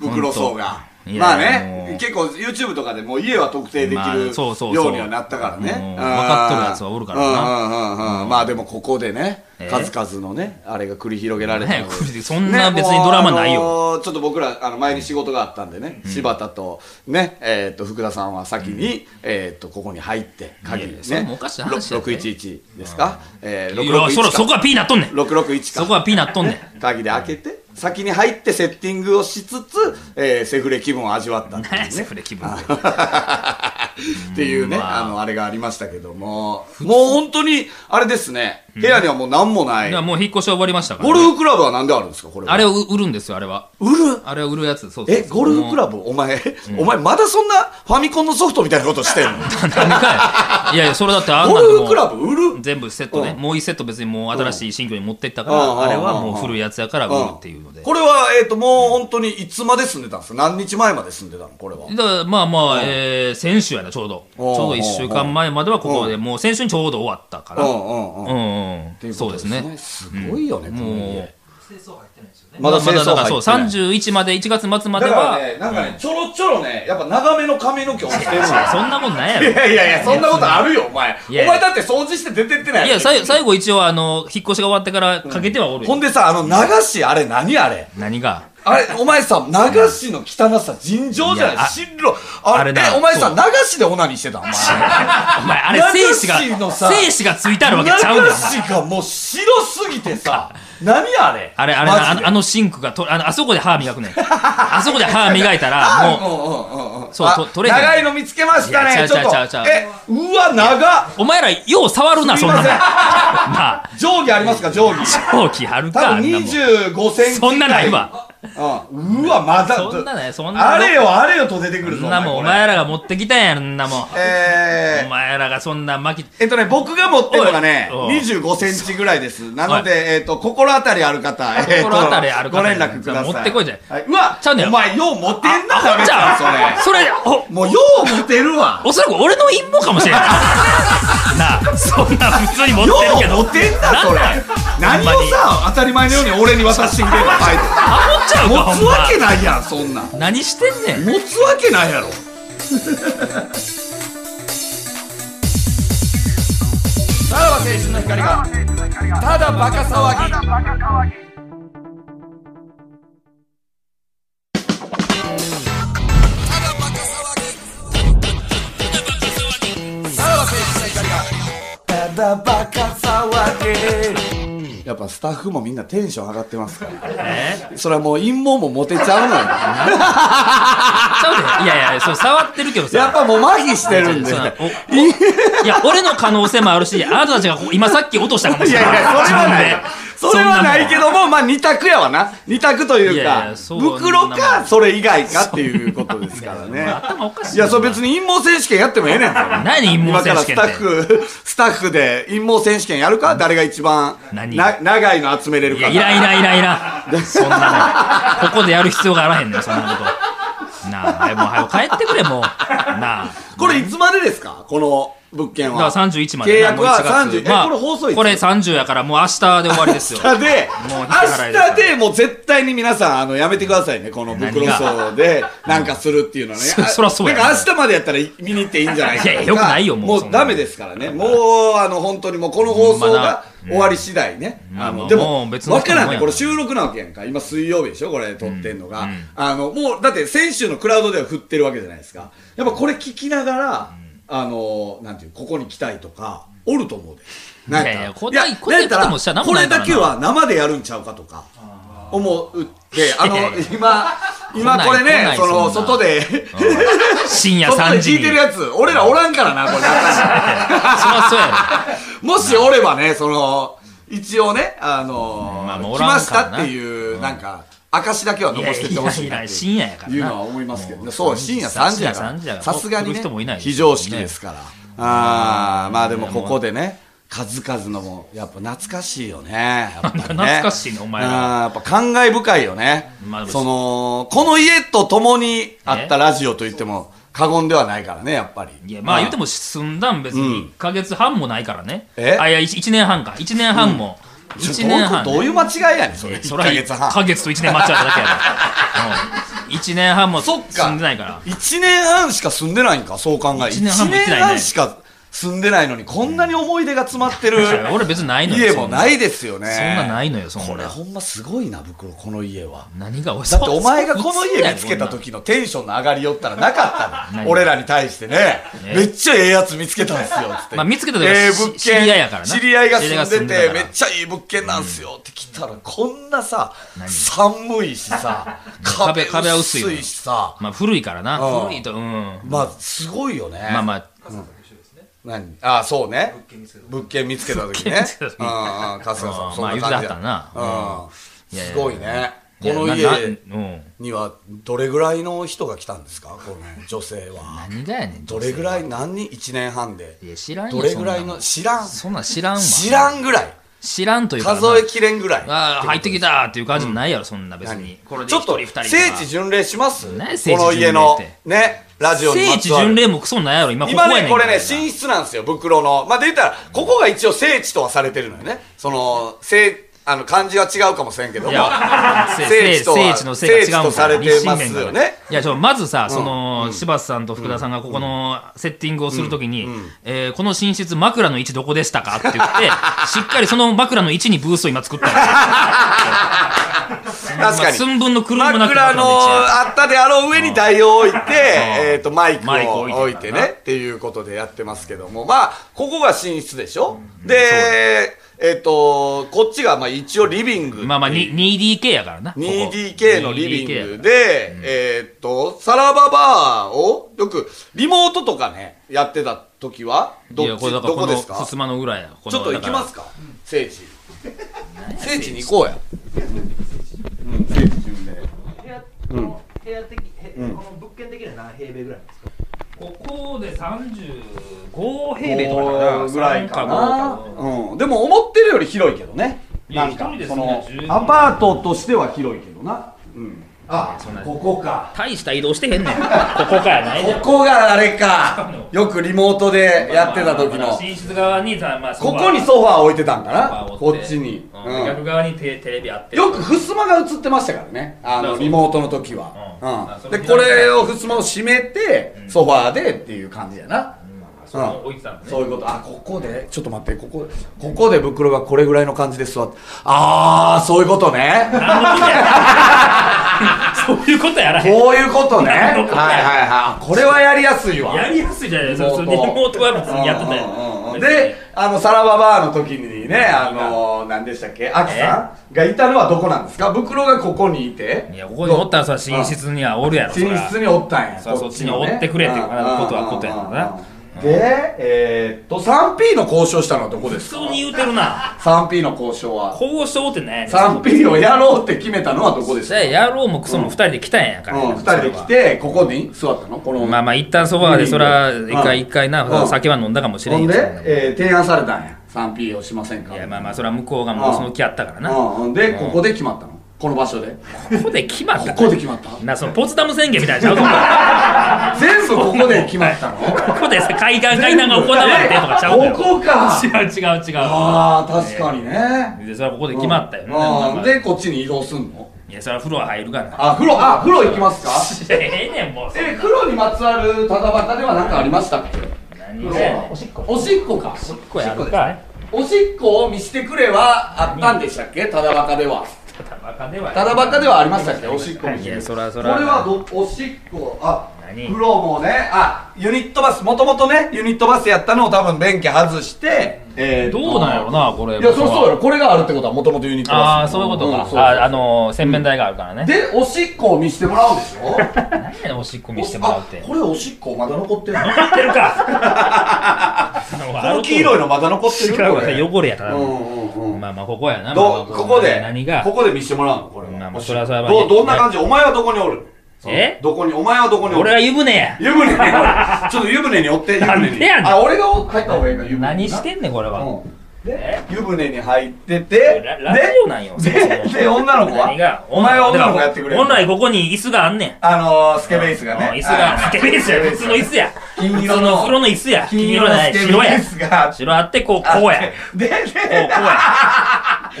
[SPEAKER 2] 袋層が
[SPEAKER 3] ほんといや
[SPEAKER 2] まあ
[SPEAKER 3] も
[SPEAKER 2] ね
[SPEAKER 3] う
[SPEAKER 2] 結構 YouTube とかでもう家は特定でき
[SPEAKER 3] まあ
[SPEAKER 2] る
[SPEAKER 3] そうそうそう
[SPEAKER 2] ようにはなったからね
[SPEAKER 3] もう
[SPEAKER 2] あー
[SPEAKER 3] 分かっとるやつはおるからな
[SPEAKER 2] うんうんうんうんまあでもここでね
[SPEAKER 3] え
[SPEAKER 2] 数々のねあれが繰り広げられた
[SPEAKER 3] ね
[SPEAKER 2] の、
[SPEAKER 3] これでそんな別にドラマない
[SPEAKER 2] ねも
[SPEAKER 3] よ。
[SPEAKER 2] うあのーちょっと僕らあの前に仕事があったんでね、柴田とねえーっと福田さんは先に、えーっとここに入って鍵
[SPEAKER 3] いやい
[SPEAKER 2] ね
[SPEAKER 3] やそれもおかしい話やって
[SPEAKER 2] 611ですか、えー
[SPEAKER 3] いや、そら、そ
[SPEAKER 2] 661
[SPEAKER 3] こ
[SPEAKER 2] か
[SPEAKER 3] はピーなっとんねん。
[SPEAKER 2] 661か
[SPEAKER 3] そこはピーな っとんねん。
[SPEAKER 2] 鍵で開けて、先に入ってセッ ティングをしつつ、えーセフレ気分を味わったっていうね
[SPEAKER 3] 何やセフレ気分って
[SPEAKER 2] あっていうね、あの、あれがありましたけども、もう本当に、あれですね、部屋にはもう何もない。
[SPEAKER 3] いやもう引っ越しは終わりましたから、
[SPEAKER 2] ゴルフクラブは何であるんですかこれは。
[SPEAKER 3] あれを売売るんですよ、あれは。
[SPEAKER 2] 売る
[SPEAKER 3] あれを売るやつ、そうそう
[SPEAKER 2] え、ゴルフクラブお前、お前まだそんなファミコンのソフトみたいなことしてんの
[SPEAKER 3] ブ何かいいやいや、それだってあん
[SPEAKER 2] ゴ
[SPEAKER 3] なんで
[SPEAKER 2] ル
[SPEAKER 3] も
[SPEAKER 2] フクラブ売る
[SPEAKER 3] 全部セットね、
[SPEAKER 2] うん
[SPEAKER 3] もう一セット別にもう新しい新居に持ってったか
[SPEAKER 2] うんうんうん
[SPEAKER 3] ら、あれはもう古いやつやから売るっていうので。
[SPEAKER 2] これは、えっ、と、もう本当にいつまで住んでたんですか何日前まで住んでたのこれは。
[SPEAKER 3] だからまあまあ、えー先週やな、ちょうど。ち
[SPEAKER 2] おう
[SPEAKER 3] ょうど1週間前まではここで、もう先週にちょうど終わったか
[SPEAKER 2] う
[SPEAKER 3] ら。
[SPEAKER 2] んうんうん。
[SPEAKER 3] う
[SPEAKER 2] っ
[SPEAKER 3] んうん
[SPEAKER 2] てい
[SPEAKER 3] そ
[SPEAKER 2] こ
[SPEAKER 3] う
[SPEAKER 2] と
[SPEAKER 3] ですね。。
[SPEAKER 2] すごいよね、この
[SPEAKER 3] も
[SPEAKER 2] 家
[SPEAKER 3] う、
[SPEAKER 2] まだ清掃
[SPEAKER 3] だから
[SPEAKER 2] 入
[SPEAKER 3] そう、
[SPEAKER 2] ってない
[SPEAKER 3] 31まで、1月末まで
[SPEAKER 2] だから
[SPEAKER 3] は、
[SPEAKER 2] ね、なんかね、ちょろちょろね、やっぱ長めの髪の毛をしてるのよ。
[SPEAKER 3] そんなもん ないや
[SPEAKER 2] い
[SPEAKER 3] ろ。
[SPEAKER 2] やいやいや、そんなことあるよ、お前。お
[SPEAKER 3] いや
[SPEAKER 2] 前だって掃除して出てってない
[SPEAKER 3] いや、さい最後一応、あの、引っ越しが終わってからかけてはおるよ
[SPEAKER 2] ほんでさ、あの、流し、あれ、何あれ
[SPEAKER 3] 何が
[SPEAKER 2] あれ、お前さ、流しの汚さ、尋常じゃな
[SPEAKER 3] いや
[SPEAKER 2] い
[SPEAKER 3] あ
[SPEAKER 2] 白。あ
[SPEAKER 3] あ
[SPEAKER 2] れ
[SPEAKER 3] れな
[SPEAKER 2] え、お前さ、
[SPEAKER 3] そう
[SPEAKER 2] 流しでオナニーしてたお前。
[SPEAKER 3] お前、あれ、
[SPEAKER 2] 流し
[SPEAKER 3] 精子が、
[SPEAKER 2] のさ
[SPEAKER 3] 精子がつ いてあるわけちゃうん
[SPEAKER 2] 流
[SPEAKER 3] だ
[SPEAKER 2] しがもう白すぎて さ、何あれ
[SPEAKER 3] あれ、あれ
[SPEAKER 2] マ
[SPEAKER 3] な、あ
[SPEAKER 2] ジで
[SPEAKER 3] のあのシンクがと、あの、あそこで歯磨くねん。あそこで歯磨いたら、もう、
[SPEAKER 2] うんうんうんうん。
[SPEAKER 3] そう
[SPEAKER 2] あ
[SPEAKER 3] と取れへん
[SPEAKER 2] 長いの見つけました
[SPEAKER 3] い
[SPEAKER 2] ね、
[SPEAKER 3] や
[SPEAKER 2] ち
[SPEAKER 3] ち
[SPEAKER 2] ょっ
[SPEAKER 3] ゃう
[SPEAKER 2] と
[SPEAKER 3] ちゃうちゃう。ちゃう
[SPEAKER 2] え、うわ、長っ
[SPEAKER 3] お前ら、よう触るな、
[SPEAKER 2] す
[SPEAKER 3] そ
[SPEAKER 2] い
[SPEAKER 3] ん
[SPEAKER 2] ま
[SPEAKER 3] なもん。
[SPEAKER 2] せん
[SPEAKER 3] なあ、
[SPEAKER 2] 定規ありますか、定規。
[SPEAKER 3] 長期貼る
[SPEAKER 2] 多
[SPEAKER 3] か、あ
[SPEAKER 2] 分
[SPEAKER 3] んなもん。
[SPEAKER 2] 25センチ。
[SPEAKER 3] そんなない。わ。
[SPEAKER 2] うん。うわ、まだ。
[SPEAKER 3] そんなない、そんな
[SPEAKER 2] あ
[SPEAKER 3] ない
[SPEAKER 2] れよ、あれよと出てく
[SPEAKER 3] そ
[SPEAKER 2] るぞ。
[SPEAKER 3] んなもん、お
[SPEAKER 2] これ
[SPEAKER 3] 前らが持ってきたんやろ、そんなもん。
[SPEAKER 2] え
[SPEAKER 3] お
[SPEAKER 2] ー。
[SPEAKER 3] 前らがそんな巻き、
[SPEAKER 2] えっとね、僕が持ってるのがね、
[SPEAKER 3] おいおい
[SPEAKER 2] 25センチぐらいです。なので、えっと、心当たりある方、えっと、
[SPEAKER 3] 心当たりある方
[SPEAKER 2] ご連絡ください。
[SPEAKER 3] 持ってこいじゃ
[SPEAKER 2] はい。うわ
[SPEAKER 3] ちゃうね、ん
[SPEAKER 2] お前、よう持ってんな、
[SPEAKER 3] あ
[SPEAKER 2] ダメちゃん、それ。
[SPEAKER 3] それ、お、
[SPEAKER 2] もう、よう持てるわ。
[SPEAKER 3] おそらく俺の陰謀かもし れない。なあ、そんな普通に持っ
[SPEAKER 2] よ
[SPEAKER 3] てるけ
[SPEAKER 2] う
[SPEAKER 3] ど。
[SPEAKER 2] 持てんな、それ
[SPEAKER 3] なんなん。
[SPEAKER 2] 何
[SPEAKER 3] ほん
[SPEAKER 2] を
[SPEAKER 3] まに
[SPEAKER 2] さ、当たり前のように俺に渡して くれるの、あいつ
[SPEAKER 3] あ、持っちゃうか、
[SPEAKER 2] 持つ
[SPEAKER 3] ほん
[SPEAKER 2] わけ
[SPEAKER 3] ま。
[SPEAKER 2] ないやん、そんなん。
[SPEAKER 3] 何してんねん。
[SPEAKER 2] 持つわけないやろ。さらば青春の光が、ただバカ騒ぎ。やっぱスタッフもみんなテンション上がってますから。
[SPEAKER 3] え
[SPEAKER 2] それはもう陰謀もモテちゃうのよ。
[SPEAKER 3] ちゃうで。いやいや、それ触ってるけどさ。
[SPEAKER 2] やっぱもう麻痺してるんで。い
[SPEAKER 3] そう
[SPEAKER 2] やい
[SPEAKER 3] なのおおいや、俺の可能性もあるし、あなたたちがこう今さっき落としたかもしれ
[SPEAKER 2] や、
[SPEAKER 3] ない。
[SPEAKER 2] それはない。
[SPEAKER 3] 自分で
[SPEAKER 2] それはない
[SPEAKER 3] そ
[SPEAKER 2] け
[SPEAKER 3] んもん
[SPEAKER 2] ども、まあ二択やわな。二択という
[SPEAKER 3] いやい
[SPEAKER 2] か、
[SPEAKER 3] やそうなんだ
[SPEAKER 2] 袋かそれ以外かっていうことですからね。
[SPEAKER 3] 頭おかしい
[SPEAKER 2] い
[SPEAKER 3] よ。
[SPEAKER 2] や、それ別に陰謀選手権やってもええねん。
[SPEAKER 3] 何陰
[SPEAKER 2] 今
[SPEAKER 3] 謀
[SPEAKER 2] か
[SPEAKER 3] 選
[SPEAKER 2] ら
[SPEAKER 3] 手
[SPEAKER 2] ス
[SPEAKER 3] 権
[SPEAKER 2] タッ
[SPEAKER 3] っ
[SPEAKER 2] フ、スタッフで陰謀選手権やるか誰が一番
[SPEAKER 3] 何
[SPEAKER 2] な長いの集めれる
[SPEAKER 3] て。い
[SPEAKER 2] か
[SPEAKER 3] や、いらんいらんいらんいらん。そんなもん。ここでやる必要があらへんねん、そんなこと。なあ、はいもう早く帰ってくれ、もう。なあ。
[SPEAKER 2] これいつまでですかこの物件は。
[SPEAKER 3] だから31まで
[SPEAKER 2] 契約は
[SPEAKER 3] もう1
[SPEAKER 2] 30えこれ放送いつ
[SPEAKER 3] これ30やからもう明日で終わりですよ
[SPEAKER 2] 明日で、
[SPEAKER 3] もう日払いです
[SPEAKER 2] 明日でもう絶対に皆さん、あの、やめてくださいね。この袋層で、なんかするっていうのはね。
[SPEAKER 3] そそらそうや
[SPEAKER 2] あなんか明日までやったら見に行っていいんじゃないかとか。
[SPEAKER 3] いやいやよくないよもう
[SPEAKER 2] も
[SPEAKER 3] そ
[SPEAKER 2] うん
[SPEAKER 3] な
[SPEAKER 2] ダメですからね。もう、あの、本当にもうこの放送が終わり次第ね。
[SPEAKER 3] うん
[SPEAKER 2] あ
[SPEAKER 3] まあま
[SPEAKER 2] の、
[SPEAKER 3] あ
[SPEAKER 2] で
[SPEAKER 3] も
[SPEAKER 2] も
[SPEAKER 3] う、別の
[SPEAKER 2] わ
[SPEAKER 3] 人
[SPEAKER 2] か
[SPEAKER 3] の
[SPEAKER 2] らん
[SPEAKER 3] も
[SPEAKER 2] ね。
[SPEAKER 3] んや
[SPEAKER 2] これ収録なわけやんか。今水曜日でしょこれ撮ってんのが
[SPEAKER 3] うんうん。
[SPEAKER 2] あの、もう、だって先週のクラウドでは振ってるわけじゃないですか。やっぱこれ聞きながら、あの、なんていう、ここに来たいとか、おると思うで。なんか
[SPEAKER 3] いやいや答え
[SPEAKER 2] いや
[SPEAKER 3] 答え
[SPEAKER 2] なんやったら
[SPEAKER 3] 答えもしたら何
[SPEAKER 2] こ
[SPEAKER 3] もな
[SPEAKER 2] れ
[SPEAKER 3] いから
[SPEAKER 2] だ
[SPEAKER 3] な
[SPEAKER 2] けは生でやるんちゃうかとか思うってあの
[SPEAKER 3] いやいや
[SPEAKER 2] 今今これ
[SPEAKER 3] 来な
[SPEAKER 2] ね
[SPEAKER 3] い
[SPEAKER 2] その
[SPEAKER 3] そんな
[SPEAKER 2] 外で
[SPEAKER 3] 深夜
[SPEAKER 2] 外
[SPEAKER 3] 3
[SPEAKER 2] で
[SPEAKER 3] 時
[SPEAKER 2] 聞い
[SPEAKER 3] に
[SPEAKER 2] てるやつ俺らおらんからなこれ
[SPEAKER 3] そらそうやろ
[SPEAKER 2] もしおればねその一応ねあの
[SPEAKER 3] まあまあ
[SPEAKER 2] 来
[SPEAKER 3] おら
[SPEAKER 2] ま
[SPEAKER 3] ん
[SPEAKER 2] し
[SPEAKER 3] から
[SPEAKER 2] た
[SPEAKER 3] な
[SPEAKER 2] っていうなんか証だけは残していってほしい
[SPEAKER 3] いや
[SPEAKER 2] な
[SPEAKER 3] いやいやいや
[SPEAKER 2] って
[SPEAKER 3] 深夜やからな
[SPEAKER 2] いうのは思いますけどねそう深夜3時やか
[SPEAKER 3] 深夜3時や
[SPEAKER 2] ら
[SPEAKER 3] から
[SPEAKER 2] さすがに
[SPEAKER 3] 来る人もい
[SPEAKER 2] ね
[SPEAKER 3] ない
[SPEAKER 2] 非常識ですからああまあでもここでね数々のもやっぱ懐かしいよねやっぱりね
[SPEAKER 3] 懐かしいねお前ら
[SPEAKER 2] あーやっぱ感慨深いよね、
[SPEAKER 3] まあでも
[SPEAKER 2] そのこの家と共にあったラジオと言っても過言ではないからねやっぱり
[SPEAKER 3] いやまあ言うて
[SPEAKER 2] も
[SPEAKER 3] も住んだん別
[SPEAKER 2] うん
[SPEAKER 3] に1ヶ月半もないからね、
[SPEAKER 2] え
[SPEAKER 3] あいや 1, 年半か1年半も、一1年半ね、
[SPEAKER 2] どういう間違いやねんそれ
[SPEAKER 3] え
[SPEAKER 2] 1
[SPEAKER 3] そ
[SPEAKER 2] ヶ
[SPEAKER 3] ら
[SPEAKER 2] 月半
[SPEAKER 3] 1ヶ月と1年待ち合わせだ けやから、1年半も
[SPEAKER 2] そっか
[SPEAKER 3] 住んでないから
[SPEAKER 2] 1年半しか住んでないんかそう考え
[SPEAKER 3] 一年半も行ってな
[SPEAKER 2] 一
[SPEAKER 3] いね
[SPEAKER 2] 年半しか住んでないのにこんなに思い出が詰まってる
[SPEAKER 3] 俺別にないのよ
[SPEAKER 2] 家もないですよね
[SPEAKER 3] そんなないのよそんな
[SPEAKER 2] これほんますごいな袋この家は
[SPEAKER 3] 何がお
[SPEAKER 2] だってお前がこの家見つけた時のテンションの上がりよったらなかった
[SPEAKER 3] 何
[SPEAKER 2] の俺らに対してね
[SPEAKER 3] え
[SPEAKER 2] めっちゃええやつ見つけたんですよつって、
[SPEAKER 3] まあ見つけた時は
[SPEAKER 2] ええ
[SPEAKER 3] し
[SPEAKER 2] 物件
[SPEAKER 3] 知り合いやからな
[SPEAKER 2] 知り合いが
[SPEAKER 3] 知り合いが
[SPEAKER 2] 住
[SPEAKER 3] 住
[SPEAKER 2] ん
[SPEAKER 3] ん
[SPEAKER 2] で
[SPEAKER 3] で
[SPEAKER 2] て
[SPEAKER 3] たから
[SPEAKER 2] めっちゃいい物件なんすよって来たらこんなさ
[SPEAKER 3] 何
[SPEAKER 2] 寒いしさ
[SPEAKER 3] 壁
[SPEAKER 2] 壁
[SPEAKER 3] 壁は
[SPEAKER 2] 薄
[SPEAKER 3] 薄いのよ
[SPEAKER 2] いしさ
[SPEAKER 3] まあ古いからな
[SPEAKER 2] うん
[SPEAKER 3] 古いとうん
[SPEAKER 2] まあすごいよね
[SPEAKER 3] まあまあ
[SPEAKER 2] 何ああそうね物件見つけた時ね
[SPEAKER 3] 物件見つけた時
[SPEAKER 2] うんうん春日さんそんな
[SPEAKER 3] まあ
[SPEAKER 2] 感
[SPEAKER 3] 言う
[SPEAKER 2] じ
[SPEAKER 3] てはったな
[SPEAKER 2] うん
[SPEAKER 3] いやいや
[SPEAKER 2] すごいねこ
[SPEAKER 3] や
[SPEAKER 2] の
[SPEAKER 3] ななう
[SPEAKER 2] 家
[SPEAKER 3] ん
[SPEAKER 2] にはどれぐらいの人が来たんですかこの女性は
[SPEAKER 3] 何がやねん
[SPEAKER 2] どれぐらい
[SPEAKER 3] い
[SPEAKER 2] 何人1年半で
[SPEAKER 3] や知らんよ
[SPEAKER 2] どれぐらい
[SPEAKER 3] そんな
[SPEAKER 2] の知らん
[SPEAKER 3] そんなん知らんわ
[SPEAKER 2] 知らんぐらい
[SPEAKER 3] 知らんというかな
[SPEAKER 2] 数えきれんぐらい
[SPEAKER 3] ああ入ってきたっていう感じもないやろそんな別
[SPEAKER 2] 何
[SPEAKER 3] にこれで
[SPEAKER 2] ちょ
[SPEAKER 3] 一
[SPEAKER 2] っと
[SPEAKER 3] 人二人とか
[SPEAKER 2] 聖地巡礼しますこ
[SPEAKER 3] 何聖地巡礼
[SPEAKER 2] の家の
[SPEAKER 3] って
[SPEAKER 2] ねラジオに
[SPEAKER 3] 聖
[SPEAKER 2] ま
[SPEAKER 3] 地
[SPEAKER 2] つわる
[SPEAKER 3] 巡礼もクソないやろ今ここ
[SPEAKER 2] 今
[SPEAKER 3] やねん
[SPEAKER 2] ね、これね、
[SPEAKER 3] からな
[SPEAKER 2] 寝室なんですよ、袋の。まあ、で言ったら、ここが一応聖地とはされてるのよね。その、聖、あの、漢字は違うかもしれんけども
[SPEAKER 3] いや、せ
[SPEAKER 2] 聖地とは
[SPEAKER 3] 聖地の聖が違う
[SPEAKER 2] 聖地と
[SPEAKER 3] んか
[SPEAKER 2] され
[SPEAKER 3] ら、
[SPEAKER 2] て
[SPEAKER 3] 日
[SPEAKER 2] ま
[SPEAKER 3] 清
[SPEAKER 2] す
[SPEAKER 3] 麺
[SPEAKER 2] よ
[SPEAKER 3] が
[SPEAKER 2] ね
[SPEAKER 3] ね。。いや、ちょ、まずさ、そうの、
[SPEAKER 2] ん
[SPEAKER 3] 柴田さんと福田さんがここのセッティングをするときに、えーこの寝室枕の位置どこでしたかって言って、 しっかりその枕の位置にブースを今作ったんですよ。
[SPEAKER 2] 確かに
[SPEAKER 3] 寸分の狂いもなく
[SPEAKER 2] 枕の
[SPEAKER 3] 位置
[SPEAKER 2] あったであろう上に台を置いて、えっと、マイク
[SPEAKER 3] マイク
[SPEAKER 2] を
[SPEAKER 3] 置いて
[SPEAKER 2] 置いて
[SPEAKER 3] から
[SPEAKER 2] ね、っていうことでやってますけども、まあ、ここが寝室でしょで、えっと、こっちが、まあ、一応リビングっていう。
[SPEAKER 3] まあまあ、に 2DK やからな。ここ
[SPEAKER 2] 2DK のリビン
[SPEAKER 3] 2DK や
[SPEAKER 2] グで、えーっと、サラババーを、よく、リモートとかね、やってた時は、
[SPEAKER 3] い
[SPEAKER 2] ど
[SPEAKER 3] や、
[SPEAKER 2] っ
[SPEAKER 3] こ
[SPEAKER 2] ち、
[SPEAKER 3] れ
[SPEAKER 2] ど
[SPEAKER 3] だからこ
[SPEAKER 2] こです
[SPEAKER 3] の、
[SPEAKER 2] かち
[SPEAKER 3] ふすまの裏や。ち
[SPEAKER 2] ょっと行きます
[SPEAKER 3] か
[SPEAKER 2] か聖地。聖地に行こうや。うん、聖地巡礼。
[SPEAKER 4] 部屋、この部屋的、へこの物件的には何平米ぐらいなんですか。
[SPEAKER 3] ここで35平米とかだ
[SPEAKER 2] こ
[SPEAKER 3] な
[SPEAKER 2] うぐらいかな
[SPEAKER 3] 三角。
[SPEAKER 2] うん。でも思ってるより広いけどね。
[SPEAKER 3] いや
[SPEAKER 2] なんか
[SPEAKER 3] 一人、で
[SPEAKER 2] そ
[SPEAKER 3] 住んだら
[SPEAKER 2] の
[SPEAKER 3] 十、分
[SPEAKER 2] アパートとしては広いけどな。うん。あ
[SPEAKER 3] そんな、
[SPEAKER 2] ここか。
[SPEAKER 3] 大した移動してへんねん。ここからないねん
[SPEAKER 2] ここがあれか。よくリモートでやってた時の。
[SPEAKER 3] 寝室側にさ、まあ、
[SPEAKER 2] ここにソファー置いてたんか
[SPEAKER 3] ファ
[SPEAKER 2] な
[SPEAKER 3] ーを
[SPEAKER 2] こ
[SPEAKER 3] 置い
[SPEAKER 2] ってちに、
[SPEAKER 3] うん
[SPEAKER 2] うん
[SPEAKER 3] 逆側にテテレビあって
[SPEAKER 2] よく襖が映ってましたからねあ
[SPEAKER 3] まあ
[SPEAKER 2] の
[SPEAKER 3] そう
[SPEAKER 2] リモートの時は
[SPEAKER 3] あ、
[SPEAKER 2] うん
[SPEAKER 3] それ
[SPEAKER 2] でこれを襖を閉めて、ソファーでっていう感じやな、
[SPEAKER 3] その置いてたんだ
[SPEAKER 2] そう
[SPEAKER 3] ね
[SPEAKER 2] いうことあここでちょっと待ってここここで袋がこれぐらいの感じで座ってああそういうことね
[SPEAKER 3] そういうことやらへん
[SPEAKER 2] こういうことねはい
[SPEAKER 3] な
[SPEAKER 2] は
[SPEAKER 3] る
[SPEAKER 2] い
[SPEAKER 3] ほどね
[SPEAKER 2] はいこれはやりやすいわ
[SPEAKER 3] やりやすいじゃないですか普通にリモートは別にやってた
[SPEAKER 2] うんうんうん
[SPEAKER 3] よ
[SPEAKER 2] であのサラババーの時にねあ
[SPEAKER 3] ん
[SPEAKER 2] の何でしたっけアキさんがいたのはどこなんですか袋がここにいて
[SPEAKER 3] いやここにおったらさ
[SPEAKER 2] うん
[SPEAKER 3] 寝室にはおるやろそ
[SPEAKER 2] 寝
[SPEAKER 3] ら
[SPEAKER 2] 室におったんや
[SPEAKER 3] そら
[SPEAKER 2] こちの
[SPEAKER 3] そっちにおってくれっていうから
[SPEAKER 2] うん
[SPEAKER 3] ことはことやからな
[SPEAKER 2] うんうんうんでえーっと 3P の交渉したのはどこです
[SPEAKER 3] 普
[SPEAKER 2] か
[SPEAKER 3] 通に言うてるな
[SPEAKER 2] 3P の交渉は
[SPEAKER 3] 交渉ってね
[SPEAKER 2] 3P をやろうって決めたのはどこです
[SPEAKER 3] じ
[SPEAKER 2] か
[SPEAKER 3] ゃあやろうもクソも二人で来たんやから
[SPEAKER 2] うん、2人で来てここに座ったのこの
[SPEAKER 3] まあまあ一旦ソファーでそら一回
[SPEAKER 2] うん
[SPEAKER 3] 一回
[SPEAKER 2] う
[SPEAKER 3] なん酒は飲んだかもしれ
[SPEAKER 2] ほ
[SPEAKER 3] ん
[SPEAKER 2] ん
[SPEAKER 3] け
[SPEAKER 2] で
[SPEAKER 3] ど、
[SPEAKER 2] えー提案されたんや 3P をしませんか
[SPEAKER 3] いやまあまあそれは向こうがもうその気あったからなこ
[SPEAKER 2] うん、で、ここで決まったのこの場所で
[SPEAKER 3] こで決まった
[SPEAKER 2] ここ
[SPEAKER 3] な
[SPEAKER 2] で決まった
[SPEAKER 3] なそのポツダム宣言みたいなちゃうと思 う
[SPEAKER 2] 全部ここで決まったの
[SPEAKER 3] ここでさ会談会談が行われてとかちゃうのよ
[SPEAKER 2] えここか
[SPEAKER 3] 違う違う違う
[SPEAKER 2] ああ確かにね、
[SPEAKER 3] でそれはここで決まったよね、
[SPEAKER 2] うん
[SPEAKER 3] まあ
[SPEAKER 2] でこっちに移動すんの
[SPEAKER 3] いやそれは風呂入るからな
[SPEAKER 2] あ風呂あ風呂行きますか
[SPEAKER 3] ええねんもうそんな
[SPEAKER 2] え風呂にまつわるただバカでは何かありましたっけ
[SPEAKER 3] 何がやねん
[SPEAKER 4] おしっこ。
[SPEAKER 2] おしっこか
[SPEAKER 3] おしっこや
[SPEAKER 2] おし
[SPEAKER 3] る
[SPEAKER 2] っこです
[SPEAKER 3] か
[SPEAKER 2] ねおしっこを見してくれはあったんでしたっけただバカでは
[SPEAKER 3] ただバカでは
[SPEAKER 2] ただバカではありましたっけおしっこ見して
[SPEAKER 3] い
[SPEAKER 2] く
[SPEAKER 3] や
[SPEAKER 2] れ
[SPEAKER 3] そらそ
[SPEAKER 2] こ
[SPEAKER 3] ら
[SPEAKER 2] れはどおしっこあ
[SPEAKER 3] 何
[SPEAKER 2] 風呂もねあユニットバスもともとねユニットバスやったのを多分便器外して、えーと
[SPEAKER 3] どうなんやろなこれ
[SPEAKER 2] いやそりゃそうやろこれがあるってことはもともとユニットバス
[SPEAKER 3] ああそういうことか、
[SPEAKER 2] んそうそう
[SPEAKER 3] ああのー洗面台があるからね、
[SPEAKER 2] でおしっこを見してもらうんでしょ
[SPEAKER 3] 何やねんおしっこ 見してもらうって
[SPEAKER 2] あこれおしっこまだ残ってる の
[SPEAKER 3] やってるか
[SPEAKER 2] この黄色いのまだ残ってる
[SPEAKER 3] 違うわ
[SPEAKER 2] これ
[SPEAKER 3] 汚れやから
[SPEAKER 2] うん
[SPEAKER 3] な、
[SPEAKER 2] うんうん
[SPEAKER 3] まあまあここやなま
[SPEAKER 2] ど
[SPEAKER 3] あまあ
[SPEAKER 2] ここで
[SPEAKER 3] 何が
[SPEAKER 2] ここで見してもらうのこれは、
[SPEAKER 3] まあまあ
[SPEAKER 2] おしっ
[SPEAKER 3] それはそれは
[SPEAKER 2] どうどんな感じお前はどこにおるその
[SPEAKER 3] え
[SPEAKER 2] どこにお前はどこにお
[SPEAKER 3] 俺
[SPEAKER 2] る
[SPEAKER 3] は湯船や
[SPEAKER 2] 湯船におるちょっと湯船におって湯船
[SPEAKER 3] なん
[SPEAKER 2] に
[SPEAKER 3] でやねん
[SPEAKER 2] あ俺が入った方がいいか湯船にな
[SPEAKER 3] 何してんねんこれは、
[SPEAKER 2] で湯船に入ってて
[SPEAKER 3] ララジオなんよ
[SPEAKER 2] ででで女の子
[SPEAKER 3] 何
[SPEAKER 2] は
[SPEAKER 3] が
[SPEAKER 2] お前は女の子やってくれ
[SPEAKER 3] 本来ここに椅子があんねん
[SPEAKER 2] あのー、スケベイスがね
[SPEAKER 3] うん椅子がスケベイスや普通の椅子や
[SPEAKER 2] 金
[SPEAKER 3] 普
[SPEAKER 2] 色
[SPEAKER 3] 通の風呂
[SPEAKER 2] の
[SPEAKER 3] の椅子や
[SPEAKER 2] 金
[SPEAKER 3] 金
[SPEAKER 2] 色
[SPEAKER 3] 色
[SPEAKER 2] の
[SPEAKER 3] じゃ
[SPEAKER 2] ス
[SPEAKER 3] ない
[SPEAKER 2] ケ
[SPEAKER 3] 白
[SPEAKER 2] ベ
[SPEAKER 3] や
[SPEAKER 2] イスが
[SPEAKER 3] 白あってこうこうやこ
[SPEAKER 2] でで
[SPEAKER 3] うこうや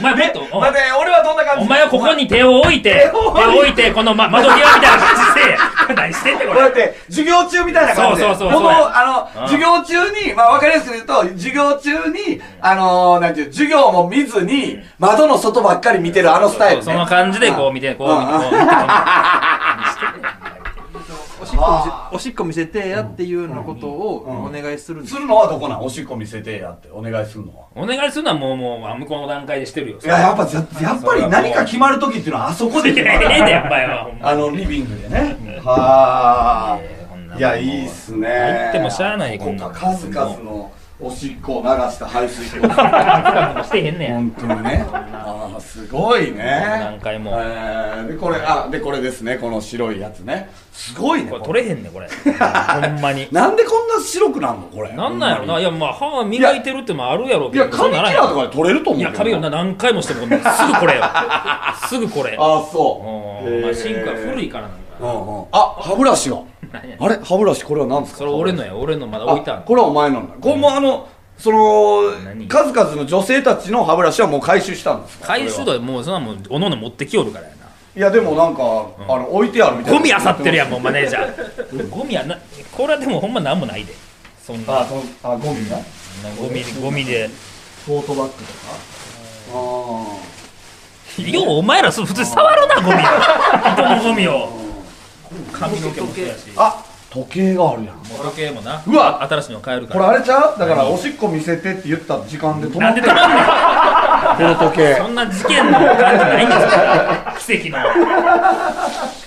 [SPEAKER 3] お前もっとお
[SPEAKER 2] 待って俺はどんな感じ
[SPEAKER 3] お前はここに手を置いて
[SPEAKER 2] 手を置いて
[SPEAKER 3] 手を置いてこのま窓際みたいな感じで 何してんねんこ
[SPEAKER 2] こうやっ
[SPEAKER 3] れ
[SPEAKER 2] て授業中みたいな感じで
[SPEAKER 3] そうそうそう
[SPEAKER 2] この
[SPEAKER 3] そうや
[SPEAKER 2] あの、
[SPEAKER 3] うん
[SPEAKER 2] 授業中にまあわかりやすく言うと授業中にあのーなんていう授業も見ずに窓の外ばっかり見てるあのスタイル、ね、
[SPEAKER 3] その感じでこう見てこう見てこう見てこう見て
[SPEAKER 5] おしっこ見せおしっこ見せてやっていうようなことを
[SPEAKER 2] うん
[SPEAKER 5] お願いするんです
[SPEAKER 2] するのはどこなんおしっこ見せてやってお願いするのは
[SPEAKER 3] お願いするのはもうもうあ向こうの段階でしてるよ
[SPEAKER 2] いややっぱぜやっぱり何か決まる時っていうのはあそこで
[SPEAKER 3] い
[SPEAKER 2] 決
[SPEAKER 3] や
[SPEAKER 2] ま
[SPEAKER 3] ええねん
[SPEAKER 2] る
[SPEAKER 3] やっぱよほんま
[SPEAKER 2] あのリビングでねは
[SPEAKER 3] ええこんなも
[SPEAKER 2] あ
[SPEAKER 3] ん
[SPEAKER 2] いやいいっすね
[SPEAKER 3] 入ってもしゃあない
[SPEAKER 2] こ
[SPEAKER 3] こ
[SPEAKER 2] ん
[SPEAKER 3] ん
[SPEAKER 2] な
[SPEAKER 3] な
[SPEAKER 2] も
[SPEAKER 3] も
[SPEAKER 2] ん
[SPEAKER 3] ん
[SPEAKER 2] 数々のおしっこを流した排水口本
[SPEAKER 3] してへんねん
[SPEAKER 2] 当にねああすごいね
[SPEAKER 3] 何回も
[SPEAKER 2] えーでこれあでこれですねこの白いやつねすごいね
[SPEAKER 3] これ
[SPEAKER 2] これ
[SPEAKER 3] 取れへんねんこれほんまに
[SPEAKER 2] なんでこんな白くなるのこれ
[SPEAKER 3] なんなんやろないやまあ歯磨いてるってもあるやろう
[SPEAKER 2] い
[SPEAKER 3] けど
[SPEAKER 2] や髪
[SPEAKER 3] そ
[SPEAKER 2] 切
[SPEAKER 3] うならへん
[SPEAKER 2] ラーとかで取れると思う
[SPEAKER 3] い
[SPEAKER 2] けど
[SPEAKER 3] や髪がな何回もしてもこんなんすぐこれ よすぐこれ
[SPEAKER 2] ああそ
[SPEAKER 3] うん
[SPEAKER 2] う
[SPEAKER 3] まあシンクは古
[SPEAKER 2] い
[SPEAKER 3] いからなんだ
[SPEAKER 2] あ歯ブラシが
[SPEAKER 3] 何や
[SPEAKER 2] あれ歯ブラシこれは何ですか
[SPEAKER 3] それ俺のや俺のまだ
[SPEAKER 2] あ
[SPEAKER 3] 置いてある
[SPEAKER 2] これはお前のなんだこれもあのその
[SPEAKER 3] 何
[SPEAKER 2] 数々の女性たちの歯ブラシはもう回収したんですか
[SPEAKER 3] 回収
[SPEAKER 2] これは
[SPEAKER 3] 度でもうそんなもんおのおの持ってきよるからやない
[SPEAKER 2] やでもなんか、あの置いてあるみたいな
[SPEAKER 3] ゴミ漁ってるやんもうマネージャーゴミやなこれはでもほんまなんもないでそん
[SPEAKER 2] あ
[SPEAKER 3] な
[SPEAKER 2] そのあゴミが、
[SPEAKER 3] ゴミゴミで
[SPEAKER 2] トートバッグとかああ
[SPEAKER 3] ようお前らそ普通触るなゴミ人のゴミを髪の毛もそうやし
[SPEAKER 2] あ時計があるやん
[SPEAKER 3] もう時計もな
[SPEAKER 2] うわ
[SPEAKER 3] 新しいの買えるか
[SPEAKER 2] これ
[SPEAKER 3] ら
[SPEAKER 2] あれちゃうだからおしっこ見せてって言った時間で止ま
[SPEAKER 3] な
[SPEAKER 2] っ
[SPEAKER 3] ん
[SPEAKER 2] て
[SPEAKER 3] で
[SPEAKER 2] る
[SPEAKER 3] 止まんねん
[SPEAKER 2] この時計
[SPEAKER 3] そんな事件の感じないんですよ 奇跡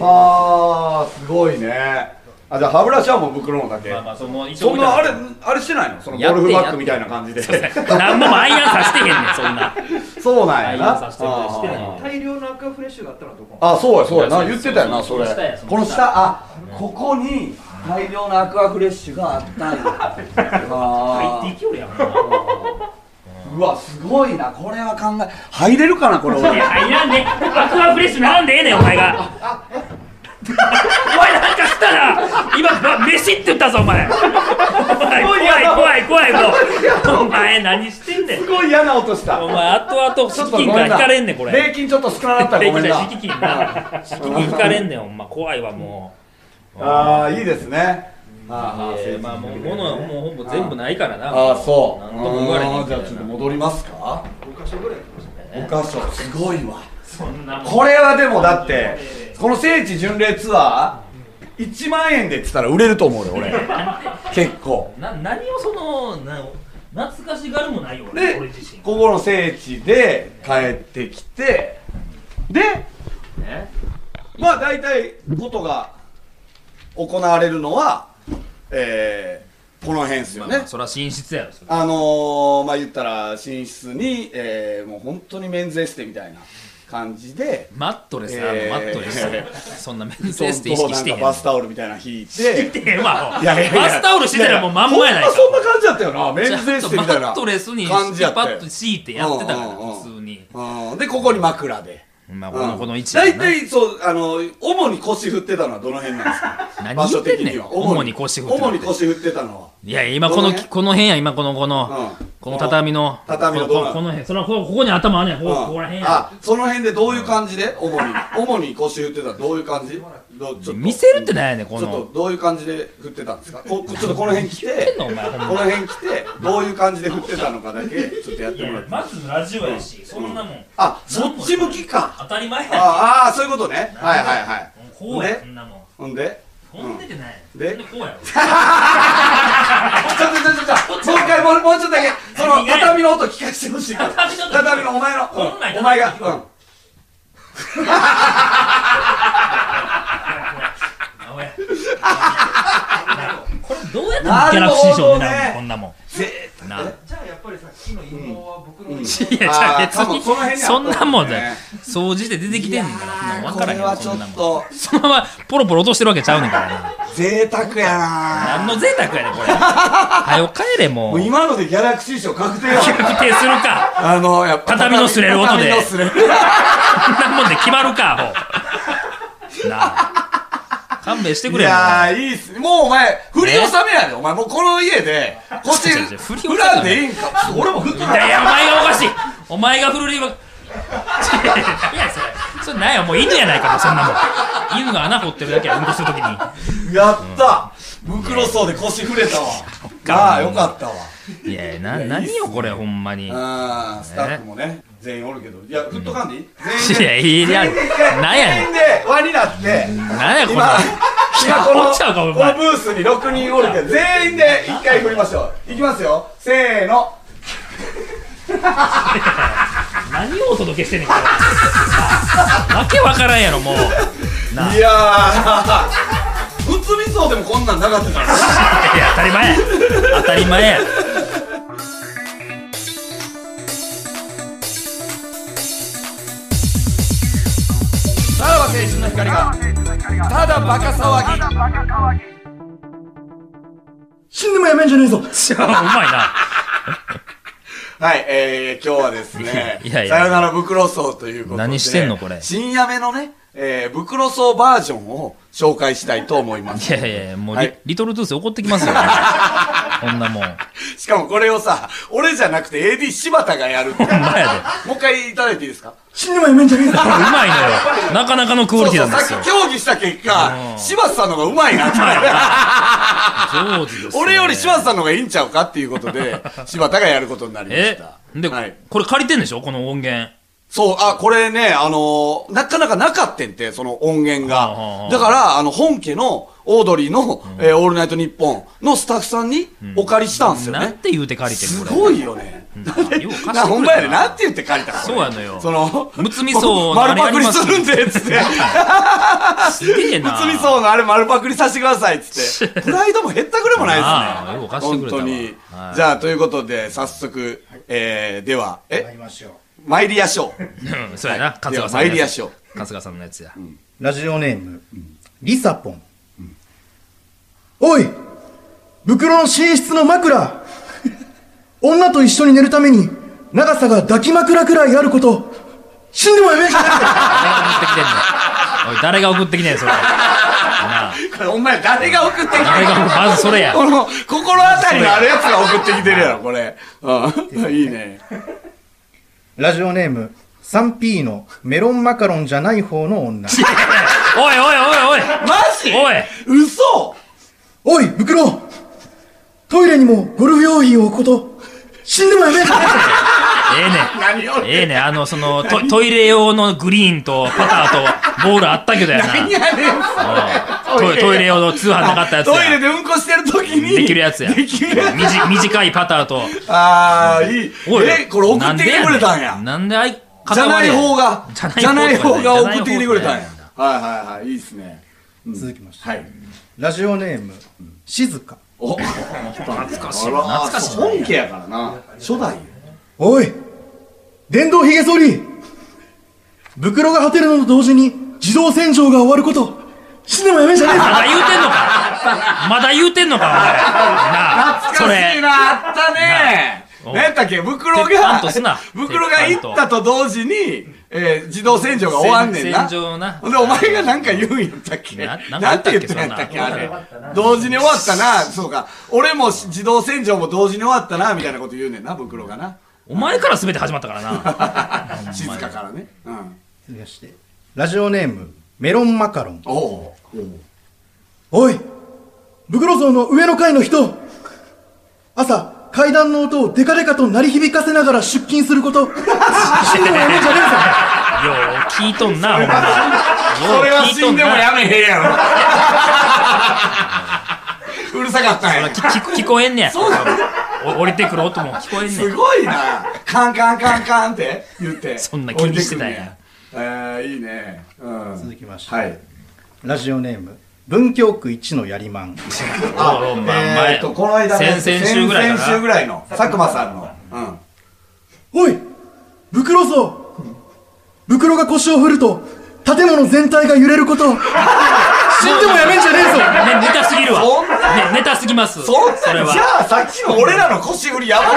[SPEAKER 2] はあすごいねあじゃあ歯ブラシはもう袋のだけ、
[SPEAKER 3] のまあまあその一応
[SPEAKER 2] そんなあれ
[SPEAKER 3] 置い
[SPEAKER 2] あれしてないのその
[SPEAKER 3] や
[SPEAKER 2] ゴ
[SPEAKER 3] って
[SPEAKER 2] ルフバッグみたいな感じで
[SPEAKER 3] てある何もアイアンさしてへんねんそんな
[SPEAKER 2] そうなんや
[SPEAKER 3] アイア
[SPEAKER 2] な
[SPEAKER 3] ンさせてくれしてない
[SPEAKER 2] あー
[SPEAKER 5] 大量のアクアフレッシュがあったらどこ
[SPEAKER 2] あ、そうや、そうや、
[SPEAKER 3] そう
[SPEAKER 2] な、
[SPEAKER 3] そう
[SPEAKER 2] 言ってたよな、そ
[SPEAKER 3] そう
[SPEAKER 2] れ
[SPEAKER 3] その下やそ。の下
[SPEAKER 2] この下、あ、ここに大量のアクアフレッシュがあったん や。
[SPEAKER 3] 入って
[SPEAKER 2] あ
[SPEAKER 3] いきよるやんほんま
[SPEAKER 2] ーうわ、すごいな、これは考え、入れるかな、これ。
[SPEAKER 3] い
[SPEAKER 2] 俺
[SPEAKER 3] や入らんでアクアフレッシュ並んでええねんお前がお前なんかしたな今ば飯って言ったぞお前お前怖い怖い怖いもうお前何してんねん
[SPEAKER 2] すごい嫌な音した。
[SPEAKER 3] お前後々資
[SPEAKER 2] ごめ
[SPEAKER 3] 金が
[SPEAKER 2] ん
[SPEAKER 3] 引
[SPEAKER 2] な
[SPEAKER 3] かれんねんこれ
[SPEAKER 2] 礼金ちょっと少なか ったら、ごめんな。
[SPEAKER 3] 敷金な敷金引かれんねんほんま怖いわもう
[SPEAKER 2] ああ、いいですね。あ
[SPEAKER 3] え
[SPEAKER 2] ー
[SPEAKER 3] ーまあもう物はもうほぼ全部ないからな
[SPEAKER 2] あー、そ
[SPEAKER 3] なん
[SPEAKER 2] う。
[SPEAKER 3] とも言われへん
[SPEAKER 2] あー
[SPEAKER 3] け
[SPEAKER 2] じゃあ、
[SPEAKER 3] どな
[SPEAKER 2] ちょっと戻りますか。
[SPEAKER 5] 5箇所ぐらい行きましたね
[SPEAKER 2] お菓子、すごいわ。
[SPEAKER 3] そんなもん
[SPEAKER 2] これはでもだってこの聖地巡礼ツアー1万円でって言ったら売れると思うよ 俺結構
[SPEAKER 3] な何をそのな懐かしがるもないよ俺
[SPEAKER 2] で
[SPEAKER 3] 俺自身
[SPEAKER 2] ここの聖地で帰ってきてで
[SPEAKER 3] ね
[SPEAKER 2] まあ大体ことが行われるのはえー、この辺ですよね
[SPEAKER 3] まあそりゃ寝室やろそれ
[SPEAKER 2] あのー、まあ言ったら寝室に、えー、もう本当にメンズエステみたいな感じで
[SPEAKER 3] マットレス、
[SPEAKER 2] えー
[SPEAKER 3] あのマット レスそんなメンズエステ意
[SPEAKER 2] 布団と
[SPEAKER 3] 識
[SPEAKER 2] な
[SPEAKER 3] し
[SPEAKER 2] ん
[SPEAKER 3] てへ
[SPEAKER 2] か
[SPEAKER 3] ん
[SPEAKER 2] バスタオルみたいなの引いて
[SPEAKER 3] してへんわ
[SPEAKER 2] いやいやいや
[SPEAKER 3] バスタオルしてたらもうまんまやないか
[SPEAKER 2] ほんまそんな感じだったよなメ
[SPEAKER 3] ち
[SPEAKER 2] ン
[SPEAKER 3] ゃ
[SPEAKER 2] ズエ
[SPEAKER 3] ん
[SPEAKER 2] ス
[SPEAKER 3] と
[SPEAKER 2] テ
[SPEAKER 3] マ
[SPEAKER 2] みたいな
[SPEAKER 3] ットレスに
[SPEAKER 2] 感じやった
[SPEAKER 3] パ
[SPEAKER 2] よ
[SPEAKER 3] ッと敷いてやってたから
[SPEAKER 2] うんうんうん
[SPEAKER 3] 普通に
[SPEAKER 2] うんでここに枕で
[SPEAKER 3] まあこ
[SPEAKER 2] う
[SPEAKER 3] の
[SPEAKER 2] ん
[SPEAKER 3] この位置や
[SPEAKER 2] 大
[SPEAKER 3] な
[SPEAKER 2] 体そうあの主に腰振ってたのはどの辺なんですか
[SPEAKER 3] 何言ってんねん
[SPEAKER 2] 場所的には
[SPEAKER 3] 主に腰振ってたの
[SPEAKER 2] 主に腰振ってたのはい
[SPEAKER 3] や今こ
[SPEAKER 2] どの
[SPEAKER 3] の
[SPEAKER 2] 辺
[SPEAKER 3] この辺や今このこの
[SPEAKER 2] うん
[SPEAKER 3] この畳の
[SPEAKER 2] 畳の
[SPEAKER 3] こ
[SPEAKER 2] どうな
[SPEAKER 3] こ
[SPEAKER 2] ん
[SPEAKER 3] この辺そのこここに頭あんねんここここら辺や
[SPEAKER 2] あその辺でどういう感じで主に主に腰振ってたのどういう感じどうちょっと
[SPEAKER 3] 見せるってなんやねんこ
[SPEAKER 2] ちょっと
[SPEAKER 3] の
[SPEAKER 2] どういう感じで振ってたんですかこちょっとこの辺来て
[SPEAKER 3] んのお前ほんま
[SPEAKER 2] この辺来てどういう感じで振ってたのかだけちょっとやってもらって
[SPEAKER 3] まずラジオやしそんなもん
[SPEAKER 2] あそっち向きか
[SPEAKER 3] 当たり前や
[SPEAKER 2] ああそういうことねはいはいはい
[SPEAKER 3] こうやそんなもん
[SPEAKER 2] ほんで
[SPEAKER 3] ほんでてない
[SPEAKER 2] うんで
[SPEAKER 3] ほんでこうやろ
[SPEAKER 2] ちょっとちょっとちょっともう一回もうもうちょっとだけその
[SPEAKER 3] 何が
[SPEAKER 2] 畳の音聞かせてほしいから
[SPEAKER 3] 畳の音
[SPEAKER 2] 畳のお前の
[SPEAKER 3] 本来
[SPEAKER 2] うんお前が
[SPEAKER 3] 畳の音
[SPEAKER 2] うん
[SPEAKER 3] あおや これどうやってギャラクシー賞狙うのこんなもん
[SPEAKER 2] ぜ
[SPEAKER 3] なあ
[SPEAKER 5] じゃあやっぱりさっきの陰謀は僕の陰謀
[SPEAKER 3] いや、じゃ
[SPEAKER 2] あ
[SPEAKER 3] あ
[SPEAKER 2] ー
[SPEAKER 3] 別
[SPEAKER 2] 多分その辺にあ
[SPEAKER 3] に、
[SPEAKER 2] った
[SPEAKER 3] そ
[SPEAKER 2] ん
[SPEAKER 3] ん
[SPEAKER 2] だよね
[SPEAKER 3] なもんだよ。掃除で出てきてんねんから、もう分からへん
[SPEAKER 2] いやーこれは
[SPEAKER 3] よ、そん
[SPEAKER 2] ち
[SPEAKER 3] な
[SPEAKER 2] ょっ
[SPEAKER 3] もん。
[SPEAKER 2] と
[SPEAKER 3] そのままポロポロ落としてるわけちゃうねんからな。
[SPEAKER 2] 贅沢やな
[SPEAKER 3] 何の贅沢やねん、これ。はよ帰れ、も
[SPEAKER 2] も
[SPEAKER 3] う。
[SPEAKER 2] う
[SPEAKER 3] 確
[SPEAKER 2] 今のでギャラクシー賞確定や わ
[SPEAKER 3] 定するか。
[SPEAKER 2] あのやっぱ
[SPEAKER 3] 畳の擦れる音で
[SPEAKER 2] 畳の擦れる
[SPEAKER 3] こんなもんで決まるか、ほなあ。勘弁してく
[SPEAKER 2] い
[SPEAKER 3] れよ。
[SPEAKER 2] やーいいっすもうお前振り納めやでお前もうこの家でこっち
[SPEAKER 3] 違う違う違う振り納
[SPEAKER 2] 振
[SPEAKER 3] め
[SPEAKER 2] らんでいいんかちょっと俺も振って
[SPEAKER 3] いやい
[SPEAKER 2] ない
[SPEAKER 3] や、お前がおかしい。お前がフルリーバいや、それ。それなんや、もう犬やないか、もうそんなもん。
[SPEAKER 6] 犬が穴掘ってるだけやうんこするときに
[SPEAKER 7] やったムクロソウで腰触れたわ。ああ、よかったわ。
[SPEAKER 3] いやな何よこれほんまにい
[SPEAKER 7] あースタッフもね、全員おるけど。いや、フットカンディ全員で。
[SPEAKER 3] やいやなんや
[SPEAKER 7] 全
[SPEAKER 3] ね
[SPEAKER 7] 員
[SPEAKER 3] ん
[SPEAKER 7] で輪になっ
[SPEAKER 3] な
[SPEAKER 7] て、
[SPEAKER 3] んやこん
[SPEAKER 7] 今
[SPEAKER 3] なん、
[SPEAKER 7] 今この、
[SPEAKER 6] おっちゃうかお
[SPEAKER 7] この
[SPEAKER 6] 前
[SPEAKER 7] ブースに6人おるけど、全員で1回振りましょう。いきますよ。せーの。
[SPEAKER 6] 何をお届けしてんねんこれわけわからんやろもう
[SPEAKER 7] いやー。うつみそうでもこんなんなかったからね。
[SPEAKER 3] いや当たり前や当たり前や
[SPEAKER 7] さらば青春の光が、ただ バカ騒ぎ。死んでもやめんじゃねえぞ。
[SPEAKER 3] うまいな、
[SPEAKER 7] はい、えー、今日はですね
[SPEAKER 3] いやいや
[SPEAKER 7] さよならブクロソウということで、
[SPEAKER 3] 何してんのこれ
[SPEAKER 7] 深夜目のね、えー、ブクロソウバージョンを紹介したいと思いま
[SPEAKER 3] い
[SPEAKER 7] す。
[SPEAKER 3] やいやいやもう
[SPEAKER 7] は
[SPEAKER 3] リ,、
[SPEAKER 7] い
[SPEAKER 3] トルトゥース怒ってきますよこんなもん
[SPEAKER 7] しかもこれをさ、俺じゃなくて AD 柴田がやるっていう。
[SPEAKER 3] ほんまやで
[SPEAKER 7] もう一回いただいていいですか
[SPEAKER 3] これうまいのよなかなかのクオリティなんです
[SPEAKER 7] そうそ
[SPEAKER 3] よ
[SPEAKER 7] う、さっき協議した結果
[SPEAKER 3] う、ん
[SPEAKER 7] 柴田さんの方がうまいなって。
[SPEAKER 3] 上手ですね
[SPEAKER 7] 俺より柴田さんの方がいいんちゃうかっていうこと で、柴田がやることになりまし
[SPEAKER 3] え
[SPEAKER 7] た。
[SPEAKER 3] で、
[SPEAKER 7] はい
[SPEAKER 3] これ借りてんでしょこの音源
[SPEAKER 7] そう、あ、これね、あのーなかなかなかってんて、その音源
[SPEAKER 3] はあはあは
[SPEAKER 7] が。
[SPEAKER 3] あ
[SPEAKER 7] だから、あの、本家の、オードリーの、えーオールナイトニッポンのスタッフさんにお借りしたんですよ
[SPEAKER 3] なん
[SPEAKER 7] ね。
[SPEAKER 3] て言うて借りてん
[SPEAKER 7] す
[SPEAKER 3] これ
[SPEAKER 7] ごいよね。
[SPEAKER 3] よう貸してくれた
[SPEAKER 7] な、ほんまやで、なんて言って借りたのこれ
[SPEAKER 3] そうやのよ
[SPEAKER 7] その、
[SPEAKER 3] むつみそう
[SPEAKER 7] 僕丸パクリするんで、つって。
[SPEAKER 3] すげえ
[SPEAKER 7] む
[SPEAKER 3] な
[SPEAKER 7] つみそうのあれ丸パクリさせてください、つって。プライドも減ったくれもない
[SPEAKER 3] ああよう
[SPEAKER 7] ですね。
[SPEAKER 3] 貸してくれ
[SPEAKER 7] 本
[SPEAKER 3] たわ
[SPEAKER 7] 当に
[SPEAKER 3] は。い
[SPEAKER 7] じゃあ、ということで、早速、えー、では、え、
[SPEAKER 8] りましょう
[SPEAKER 7] 参りやしょう。
[SPEAKER 3] うんそうやな、春
[SPEAKER 7] では
[SPEAKER 3] 日さんの
[SPEAKER 7] 参り
[SPEAKER 3] や
[SPEAKER 7] や
[SPEAKER 3] つ
[SPEAKER 7] しょう。
[SPEAKER 3] 春日さんのやつや、
[SPEAKER 8] ラジオネーム、リサポン、おい袋の寝室の枕女と一緒に寝るために長さが抱き枕くらいあること死んでもやめんじゃね
[SPEAKER 3] 誰が送ってきてんのおい誰が送ってきてんのそれなあ
[SPEAKER 7] これお前誰が送ってきてんの
[SPEAKER 3] 誰がまずそれや
[SPEAKER 7] この心当たりのあるやつが送ってきてるやろこれうん いいね
[SPEAKER 8] えかラジオネーム 3P のメロンマカロンじゃない方の女
[SPEAKER 3] おいおいおいおい
[SPEAKER 7] マジ
[SPEAKER 3] おい
[SPEAKER 7] 嘘
[SPEAKER 8] おい袋トイレにもゴルフ用品を置くこと死んでもやめんじゃね
[SPEAKER 3] ええね
[SPEAKER 7] 何を
[SPEAKER 3] ええねあのそのトトイレ用のグリーンとパターとボールあったけどやな
[SPEAKER 7] 何やねん
[SPEAKER 3] うんトイトイレ用の通販なかったやつや
[SPEAKER 7] トイレでうんこしてる時に
[SPEAKER 3] できるやつや
[SPEAKER 7] できるやつ
[SPEAKER 3] みじ短いパターと
[SPEAKER 7] ああいい
[SPEAKER 3] おい
[SPEAKER 7] えこれ送ってきてくれたんや
[SPEAKER 3] なんであい
[SPEAKER 7] じゃない方
[SPEAKER 3] が
[SPEAKER 7] が
[SPEAKER 3] じゃない方
[SPEAKER 7] じゃない方が送ってきてくれたん
[SPEAKER 3] じ
[SPEAKER 7] や
[SPEAKER 3] ゃない
[SPEAKER 7] はいはいはいいいっすね
[SPEAKER 8] え続きまして
[SPEAKER 7] はい
[SPEAKER 8] ラジオネーム静か
[SPEAKER 7] お懐
[SPEAKER 3] かしいな
[SPEAKER 7] 懐
[SPEAKER 3] 懐かしいな
[SPEAKER 7] 本家やからな初代よ
[SPEAKER 8] おい電動ひげ剃り袋が果てるのと同時に自動洗浄が終わること死んでもやめんじゃねえぞ
[SPEAKER 3] まだ言うてんのかまだ言うてんのかお前なあ
[SPEAKER 7] 懐かしいなあったね
[SPEAKER 3] なあ
[SPEAKER 7] 何やったっけ袋
[SPEAKER 3] 鉄板
[SPEAKER 7] が
[SPEAKER 3] と砂
[SPEAKER 7] 袋が行ったと同時に、えー自動洗浄が終わんねんな
[SPEAKER 3] 洗洗浄な
[SPEAKER 7] ほんでお前がなんか言うんやったっけ
[SPEAKER 3] ななんか
[SPEAKER 7] なんて言ってん
[SPEAKER 3] 言
[SPEAKER 7] やっ
[SPEAKER 3] った
[SPEAKER 7] た
[SPEAKER 3] っ
[SPEAKER 7] っ
[SPEAKER 3] け
[SPEAKER 7] けあれ同時に終わったなそうか俺も自動洗浄も同時に終わったなみたいなこと言うねんな袋がな
[SPEAKER 3] お前から全て始まったからな
[SPEAKER 7] 静かからねうん
[SPEAKER 8] 続きましてラジオネームメロンマカロン
[SPEAKER 7] おお
[SPEAKER 8] おい袋像の上の階の人朝階段の音をデカデカと鳴り響かせながら出勤する こと死んでもやめんじゃねえぞ
[SPEAKER 3] よう聞いとんなお前
[SPEAKER 7] これ
[SPEAKER 3] よう
[SPEAKER 7] は
[SPEAKER 3] 聞い
[SPEAKER 7] 死
[SPEAKER 3] と
[SPEAKER 7] ん
[SPEAKER 3] ん
[SPEAKER 7] でも
[SPEAKER 3] な
[SPEAKER 7] やめへんやろうるさかったんや
[SPEAKER 3] き聞聞こえんねやお降りてくる音も聞こえんね
[SPEAKER 7] す
[SPEAKER 3] や
[SPEAKER 7] ごいなカンカンカンカンって言って
[SPEAKER 3] そんな気にしてたんや
[SPEAKER 7] えー、いいね、うん、
[SPEAKER 8] 続きまして
[SPEAKER 7] はい
[SPEAKER 8] ラジオネーム文京区一のやりまん
[SPEAKER 3] おお前前
[SPEAKER 7] えー、とこの間の
[SPEAKER 3] 先々週ぐらい
[SPEAKER 7] 先々週
[SPEAKER 3] か
[SPEAKER 7] ぐ
[SPEAKER 3] な
[SPEAKER 7] らいの佐久間さんの、うん、
[SPEAKER 8] おい袋ぞ袋が腰を振ると建物全体が揺れること 死んでもやめんじゃねえぞ
[SPEAKER 3] ねネタすぎるわ
[SPEAKER 7] そんな
[SPEAKER 3] ねネタすぎます
[SPEAKER 7] そん
[SPEAKER 3] れ
[SPEAKER 7] な
[SPEAKER 3] は
[SPEAKER 7] じゃあさっきの俺らの腰振りやばか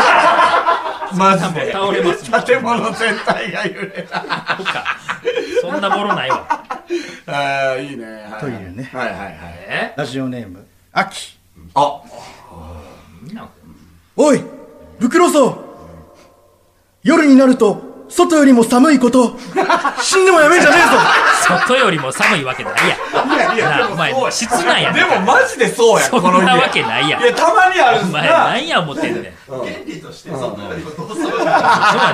[SPEAKER 7] ったマジで
[SPEAKER 3] 倒れますもん
[SPEAKER 7] 建物全体が揺れた
[SPEAKER 3] そっかそんなボロないわ
[SPEAKER 7] あーいいね、はい、
[SPEAKER 8] というね
[SPEAKER 7] はいはいはい
[SPEAKER 3] え
[SPEAKER 8] ラジオネーム秋
[SPEAKER 7] あ
[SPEAKER 3] みんな
[SPEAKER 8] おい袋ぞ夜になると外よりも寒い こと、死んでもやめんじゃねえぞ
[SPEAKER 3] 外よりも寒いわけないやん。いやいや、お前、室内やね
[SPEAKER 7] でもマジでそうや
[SPEAKER 3] そん
[SPEAKER 7] この家
[SPEAKER 3] なわけないやん
[SPEAKER 7] い。やたまにあ
[SPEAKER 3] お
[SPEAKER 7] るん
[SPEAKER 3] 前、
[SPEAKER 7] だ
[SPEAKER 3] 何や思ってんねん。そう
[SPEAKER 9] 権利としてそんなよりもどうする
[SPEAKER 3] や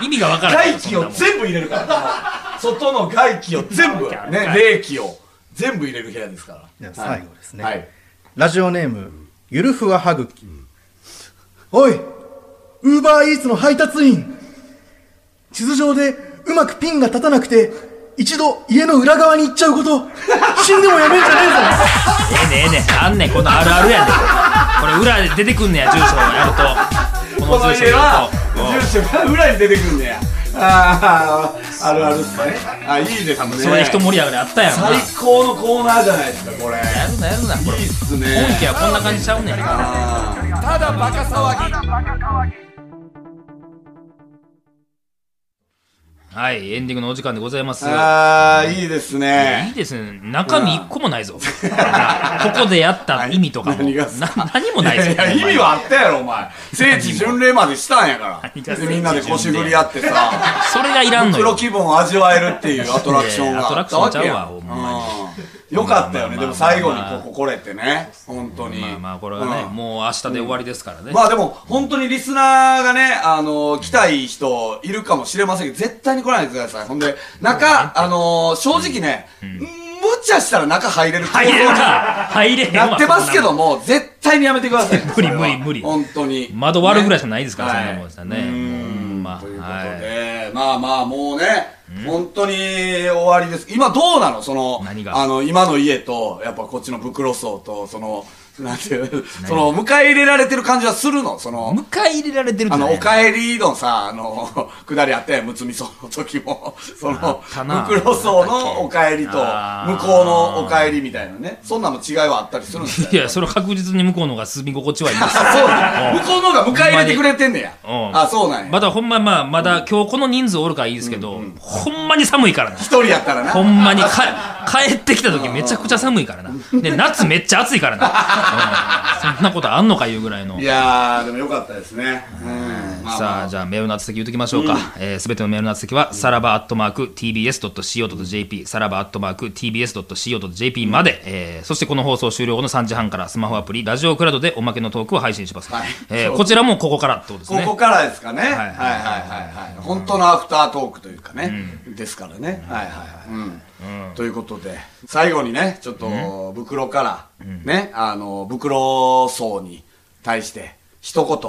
[SPEAKER 3] ねん意味がわからない。
[SPEAKER 7] 外気を全部入れるから外の外気を全部ね冷気を全部入れる部屋ですか
[SPEAKER 8] では最後ですね、
[SPEAKER 7] らはい
[SPEAKER 8] ラジオネーム、ゆるふわはぐき、おいウーバーイーツの配達員地図上でうまくピンが立たなくて一度家の裏側に行っちゃうこと死んでもやめんじゃねえぞ
[SPEAKER 3] ええねんええねんあんねんこのあるあるやねんこれ裏で出てくんねや住所をやるとこ
[SPEAKER 7] この
[SPEAKER 3] の住所
[SPEAKER 7] 家
[SPEAKER 3] や
[SPEAKER 7] は
[SPEAKER 3] ると
[SPEAKER 7] 住所が裏に出てくんねやあああるあるっすねあいいですね
[SPEAKER 3] うんそれで一盛り上がりあったやろな
[SPEAKER 7] 最
[SPEAKER 3] や
[SPEAKER 7] 高のコーナーじゃないですかこれ
[SPEAKER 3] るなやるなこれ
[SPEAKER 7] いいっすね
[SPEAKER 3] 本家はこんな感じちゃうねん
[SPEAKER 7] ただバカ騒ぎ
[SPEAKER 3] はいエンディングのお時間でございます
[SPEAKER 7] あーいいです
[SPEAKER 3] いい
[SPEAKER 7] ね
[SPEAKER 3] ですね中身一個もないぞここでやった意味とかも
[SPEAKER 7] 何が
[SPEAKER 3] な何もないぞ
[SPEAKER 7] いや意味はあったやろお前聖地巡礼までしたんやか
[SPEAKER 3] 何
[SPEAKER 7] ら
[SPEAKER 3] が
[SPEAKER 7] でみんなで腰振り合ってさ
[SPEAKER 3] それがいらんの
[SPEAKER 7] 黒
[SPEAKER 3] よ
[SPEAKER 7] 気分を味わえるっていうアトラクション
[SPEAKER 3] いやいや
[SPEAKER 7] が
[SPEAKER 3] アト
[SPEAKER 7] あ
[SPEAKER 3] ラ
[SPEAKER 7] っ
[SPEAKER 3] クショ
[SPEAKER 7] た
[SPEAKER 3] ン
[SPEAKER 7] わ
[SPEAKER 3] ちゃ
[SPEAKER 7] け
[SPEAKER 3] うわ
[SPEAKER 7] や
[SPEAKER 3] ほん
[SPEAKER 7] うんよかったよねでも最後に
[SPEAKER 3] まあまあ
[SPEAKER 7] ここ来れてね本当に
[SPEAKER 3] まあまあこれはね
[SPEAKER 7] うん
[SPEAKER 3] もう明日で終わりですからね
[SPEAKER 7] まあでも、本当にリスナーがね、あのー来たい人いるかもしれませんけど、絶対に来ないでください。ほんで、中、あのー正直ね、無茶したら中入れる構造
[SPEAKER 3] 入
[SPEAKER 7] に
[SPEAKER 3] れるか入れへんわ
[SPEAKER 7] なってますけども、絶対にやめてください。
[SPEAKER 3] 無理
[SPEAKER 7] それは
[SPEAKER 3] 無理無理
[SPEAKER 7] 本当に。
[SPEAKER 3] 窓割るぐらいしか
[SPEAKER 7] ね
[SPEAKER 3] ないですから、そんなもんですよね。
[SPEAKER 7] う
[SPEAKER 3] うん
[SPEAKER 7] ん
[SPEAKER 3] まあ、
[SPEAKER 7] ということ
[SPEAKER 3] は
[SPEAKER 7] で、まあまあ、もうね、本当に終わりです。今どうなのその、
[SPEAKER 3] 何が
[SPEAKER 7] あの、今の家と、やっぱこっちの袋層と、その、なんていう、その、迎え入れられてる感じはするのそ
[SPEAKER 3] い。
[SPEAKER 7] の、
[SPEAKER 3] 迎え入れられてるんじ
[SPEAKER 7] あ
[SPEAKER 3] ゃな
[SPEAKER 7] の、
[SPEAKER 3] い
[SPEAKER 7] おかえりのさ、あの、くだりあったやん、むつみその時も、 そ
[SPEAKER 3] あっ
[SPEAKER 7] の、
[SPEAKER 3] たな
[SPEAKER 7] 袋層のおかえりと、向
[SPEAKER 3] あー
[SPEAKER 7] こうのおかえりみたいなね。そんなの違いはあったりするんですよ
[SPEAKER 3] いや、それは確実に向こうの方が住み心地はいいです。
[SPEAKER 7] あ
[SPEAKER 3] うん
[SPEAKER 7] そう向こうの方が迎え入れてくれてんねや。
[SPEAKER 3] うん
[SPEAKER 7] あ、そうなんや。
[SPEAKER 3] まだほんま、まあ、まだ今日この人数おるからいいですけど、ほんまに寒いからな。
[SPEAKER 7] 一人やったらな。
[SPEAKER 3] ほんまにか、帰ってきた時めちゃくちゃ寒いからな。で、夏めっちゃ暑いからな。うんそんなことあんのかいうぐらいの
[SPEAKER 7] い。やー、でもよかったですね。うん。まあま
[SPEAKER 3] さあ、
[SPEAKER 7] あ、
[SPEAKER 3] じゃあメールの宛先言うときましょうか。す、え、べ、てのメールの宛先は、さらばアットマーク tbs.co.jp、さらばアットマーク tbs.co.jp まで、えーそしてこの放送終了後の3時半からスマホアプリ、ラジオクラウドでおまけのトークを配信します。
[SPEAKER 7] はい
[SPEAKER 3] えーこちらもここからってことです
[SPEAKER 7] こ
[SPEAKER 3] ね。
[SPEAKER 7] こからですかね。はい
[SPEAKER 3] い
[SPEAKER 7] はいはいはい。本当のアフタートークというかね。ですからね。はいはいはい。うん。ということで、最後にね、ちょっと、袋から、ね、あの、袋層に対して、一言、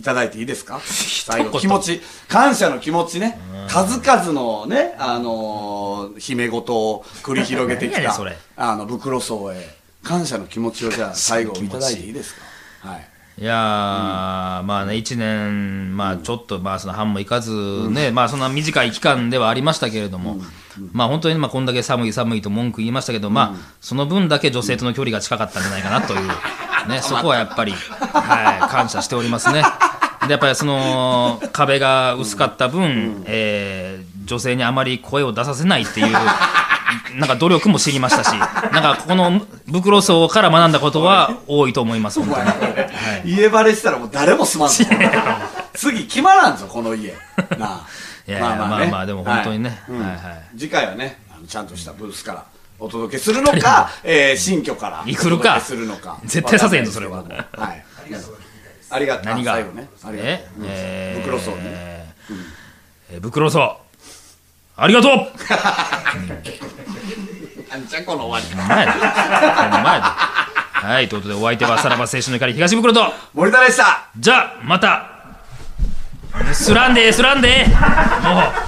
[SPEAKER 7] いただいていいですか最後、
[SPEAKER 3] 言
[SPEAKER 7] 気持ち、感謝の気持ちね。数々のね、あのー、姫事を繰り広げてき
[SPEAKER 3] 何やねん
[SPEAKER 7] た
[SPEAKER 3] それ、
[SPEAKER 7] あの、袋層へ、感謝の気持ちをじゃあ、最後、いただいていいですかはい。
[SPEAKER 3] いやー、まあね、1年、まあちょっと、まあその半もいかずね、まあそんな短い期間ではありましたけれども、まあ本当にまあこんだけ寒い寒いと文句言いましたけど、まあその分だけ女性との距離が近かったんじゃないかなという、ね、そこはやっぱり、はい、感謝しておりますね。で、やっぱりその壁が薄かった分、えー女性にあまり声を出させないっていう、なんか努力も知りましたし、なんかここの袋層から学んだことは多いと思います、本当に。
[SPEAKER 7] 家バレしたらもう誰も住ま んぞ。次決まらんぞ、この家。なあ。
[SPEAKER 3] いやいやまあまあでも本当にね
[SPEAKER 7] はいうん
[SPEAKER 3] はいはい
[SPEAKER 7] 次回はね、あのちゃんとしたブースからお届けするの か、えー新居からお
[SPEAKER 3] 来る
[SPEAKER 7] 届
[SPEAKER 3] か
[SPEAKER 7] けするのか。
[SPEAKER 3] 絶対させへんぞそれは
[SPEAKER 7] わかんないですけどもはい。ありがとう。
[SPEAKER 3] 何が
[SPEAKER 7] あ最後ね。ありがとう
[SPEAKER 3] ええー
[SPEAKER 7] 袋層ね。
[SPEAKER 3] えー袋層ありがとう
[SPEAKER 7] あんちゃんこの終わり。
[SPEAKER 3] 前だ前だはいということでお相手はさらば青春の怒り東袋と
[SPEAKER 7] 森田でした
[SPEAKER 3] じゃあまたすらんですらんでもう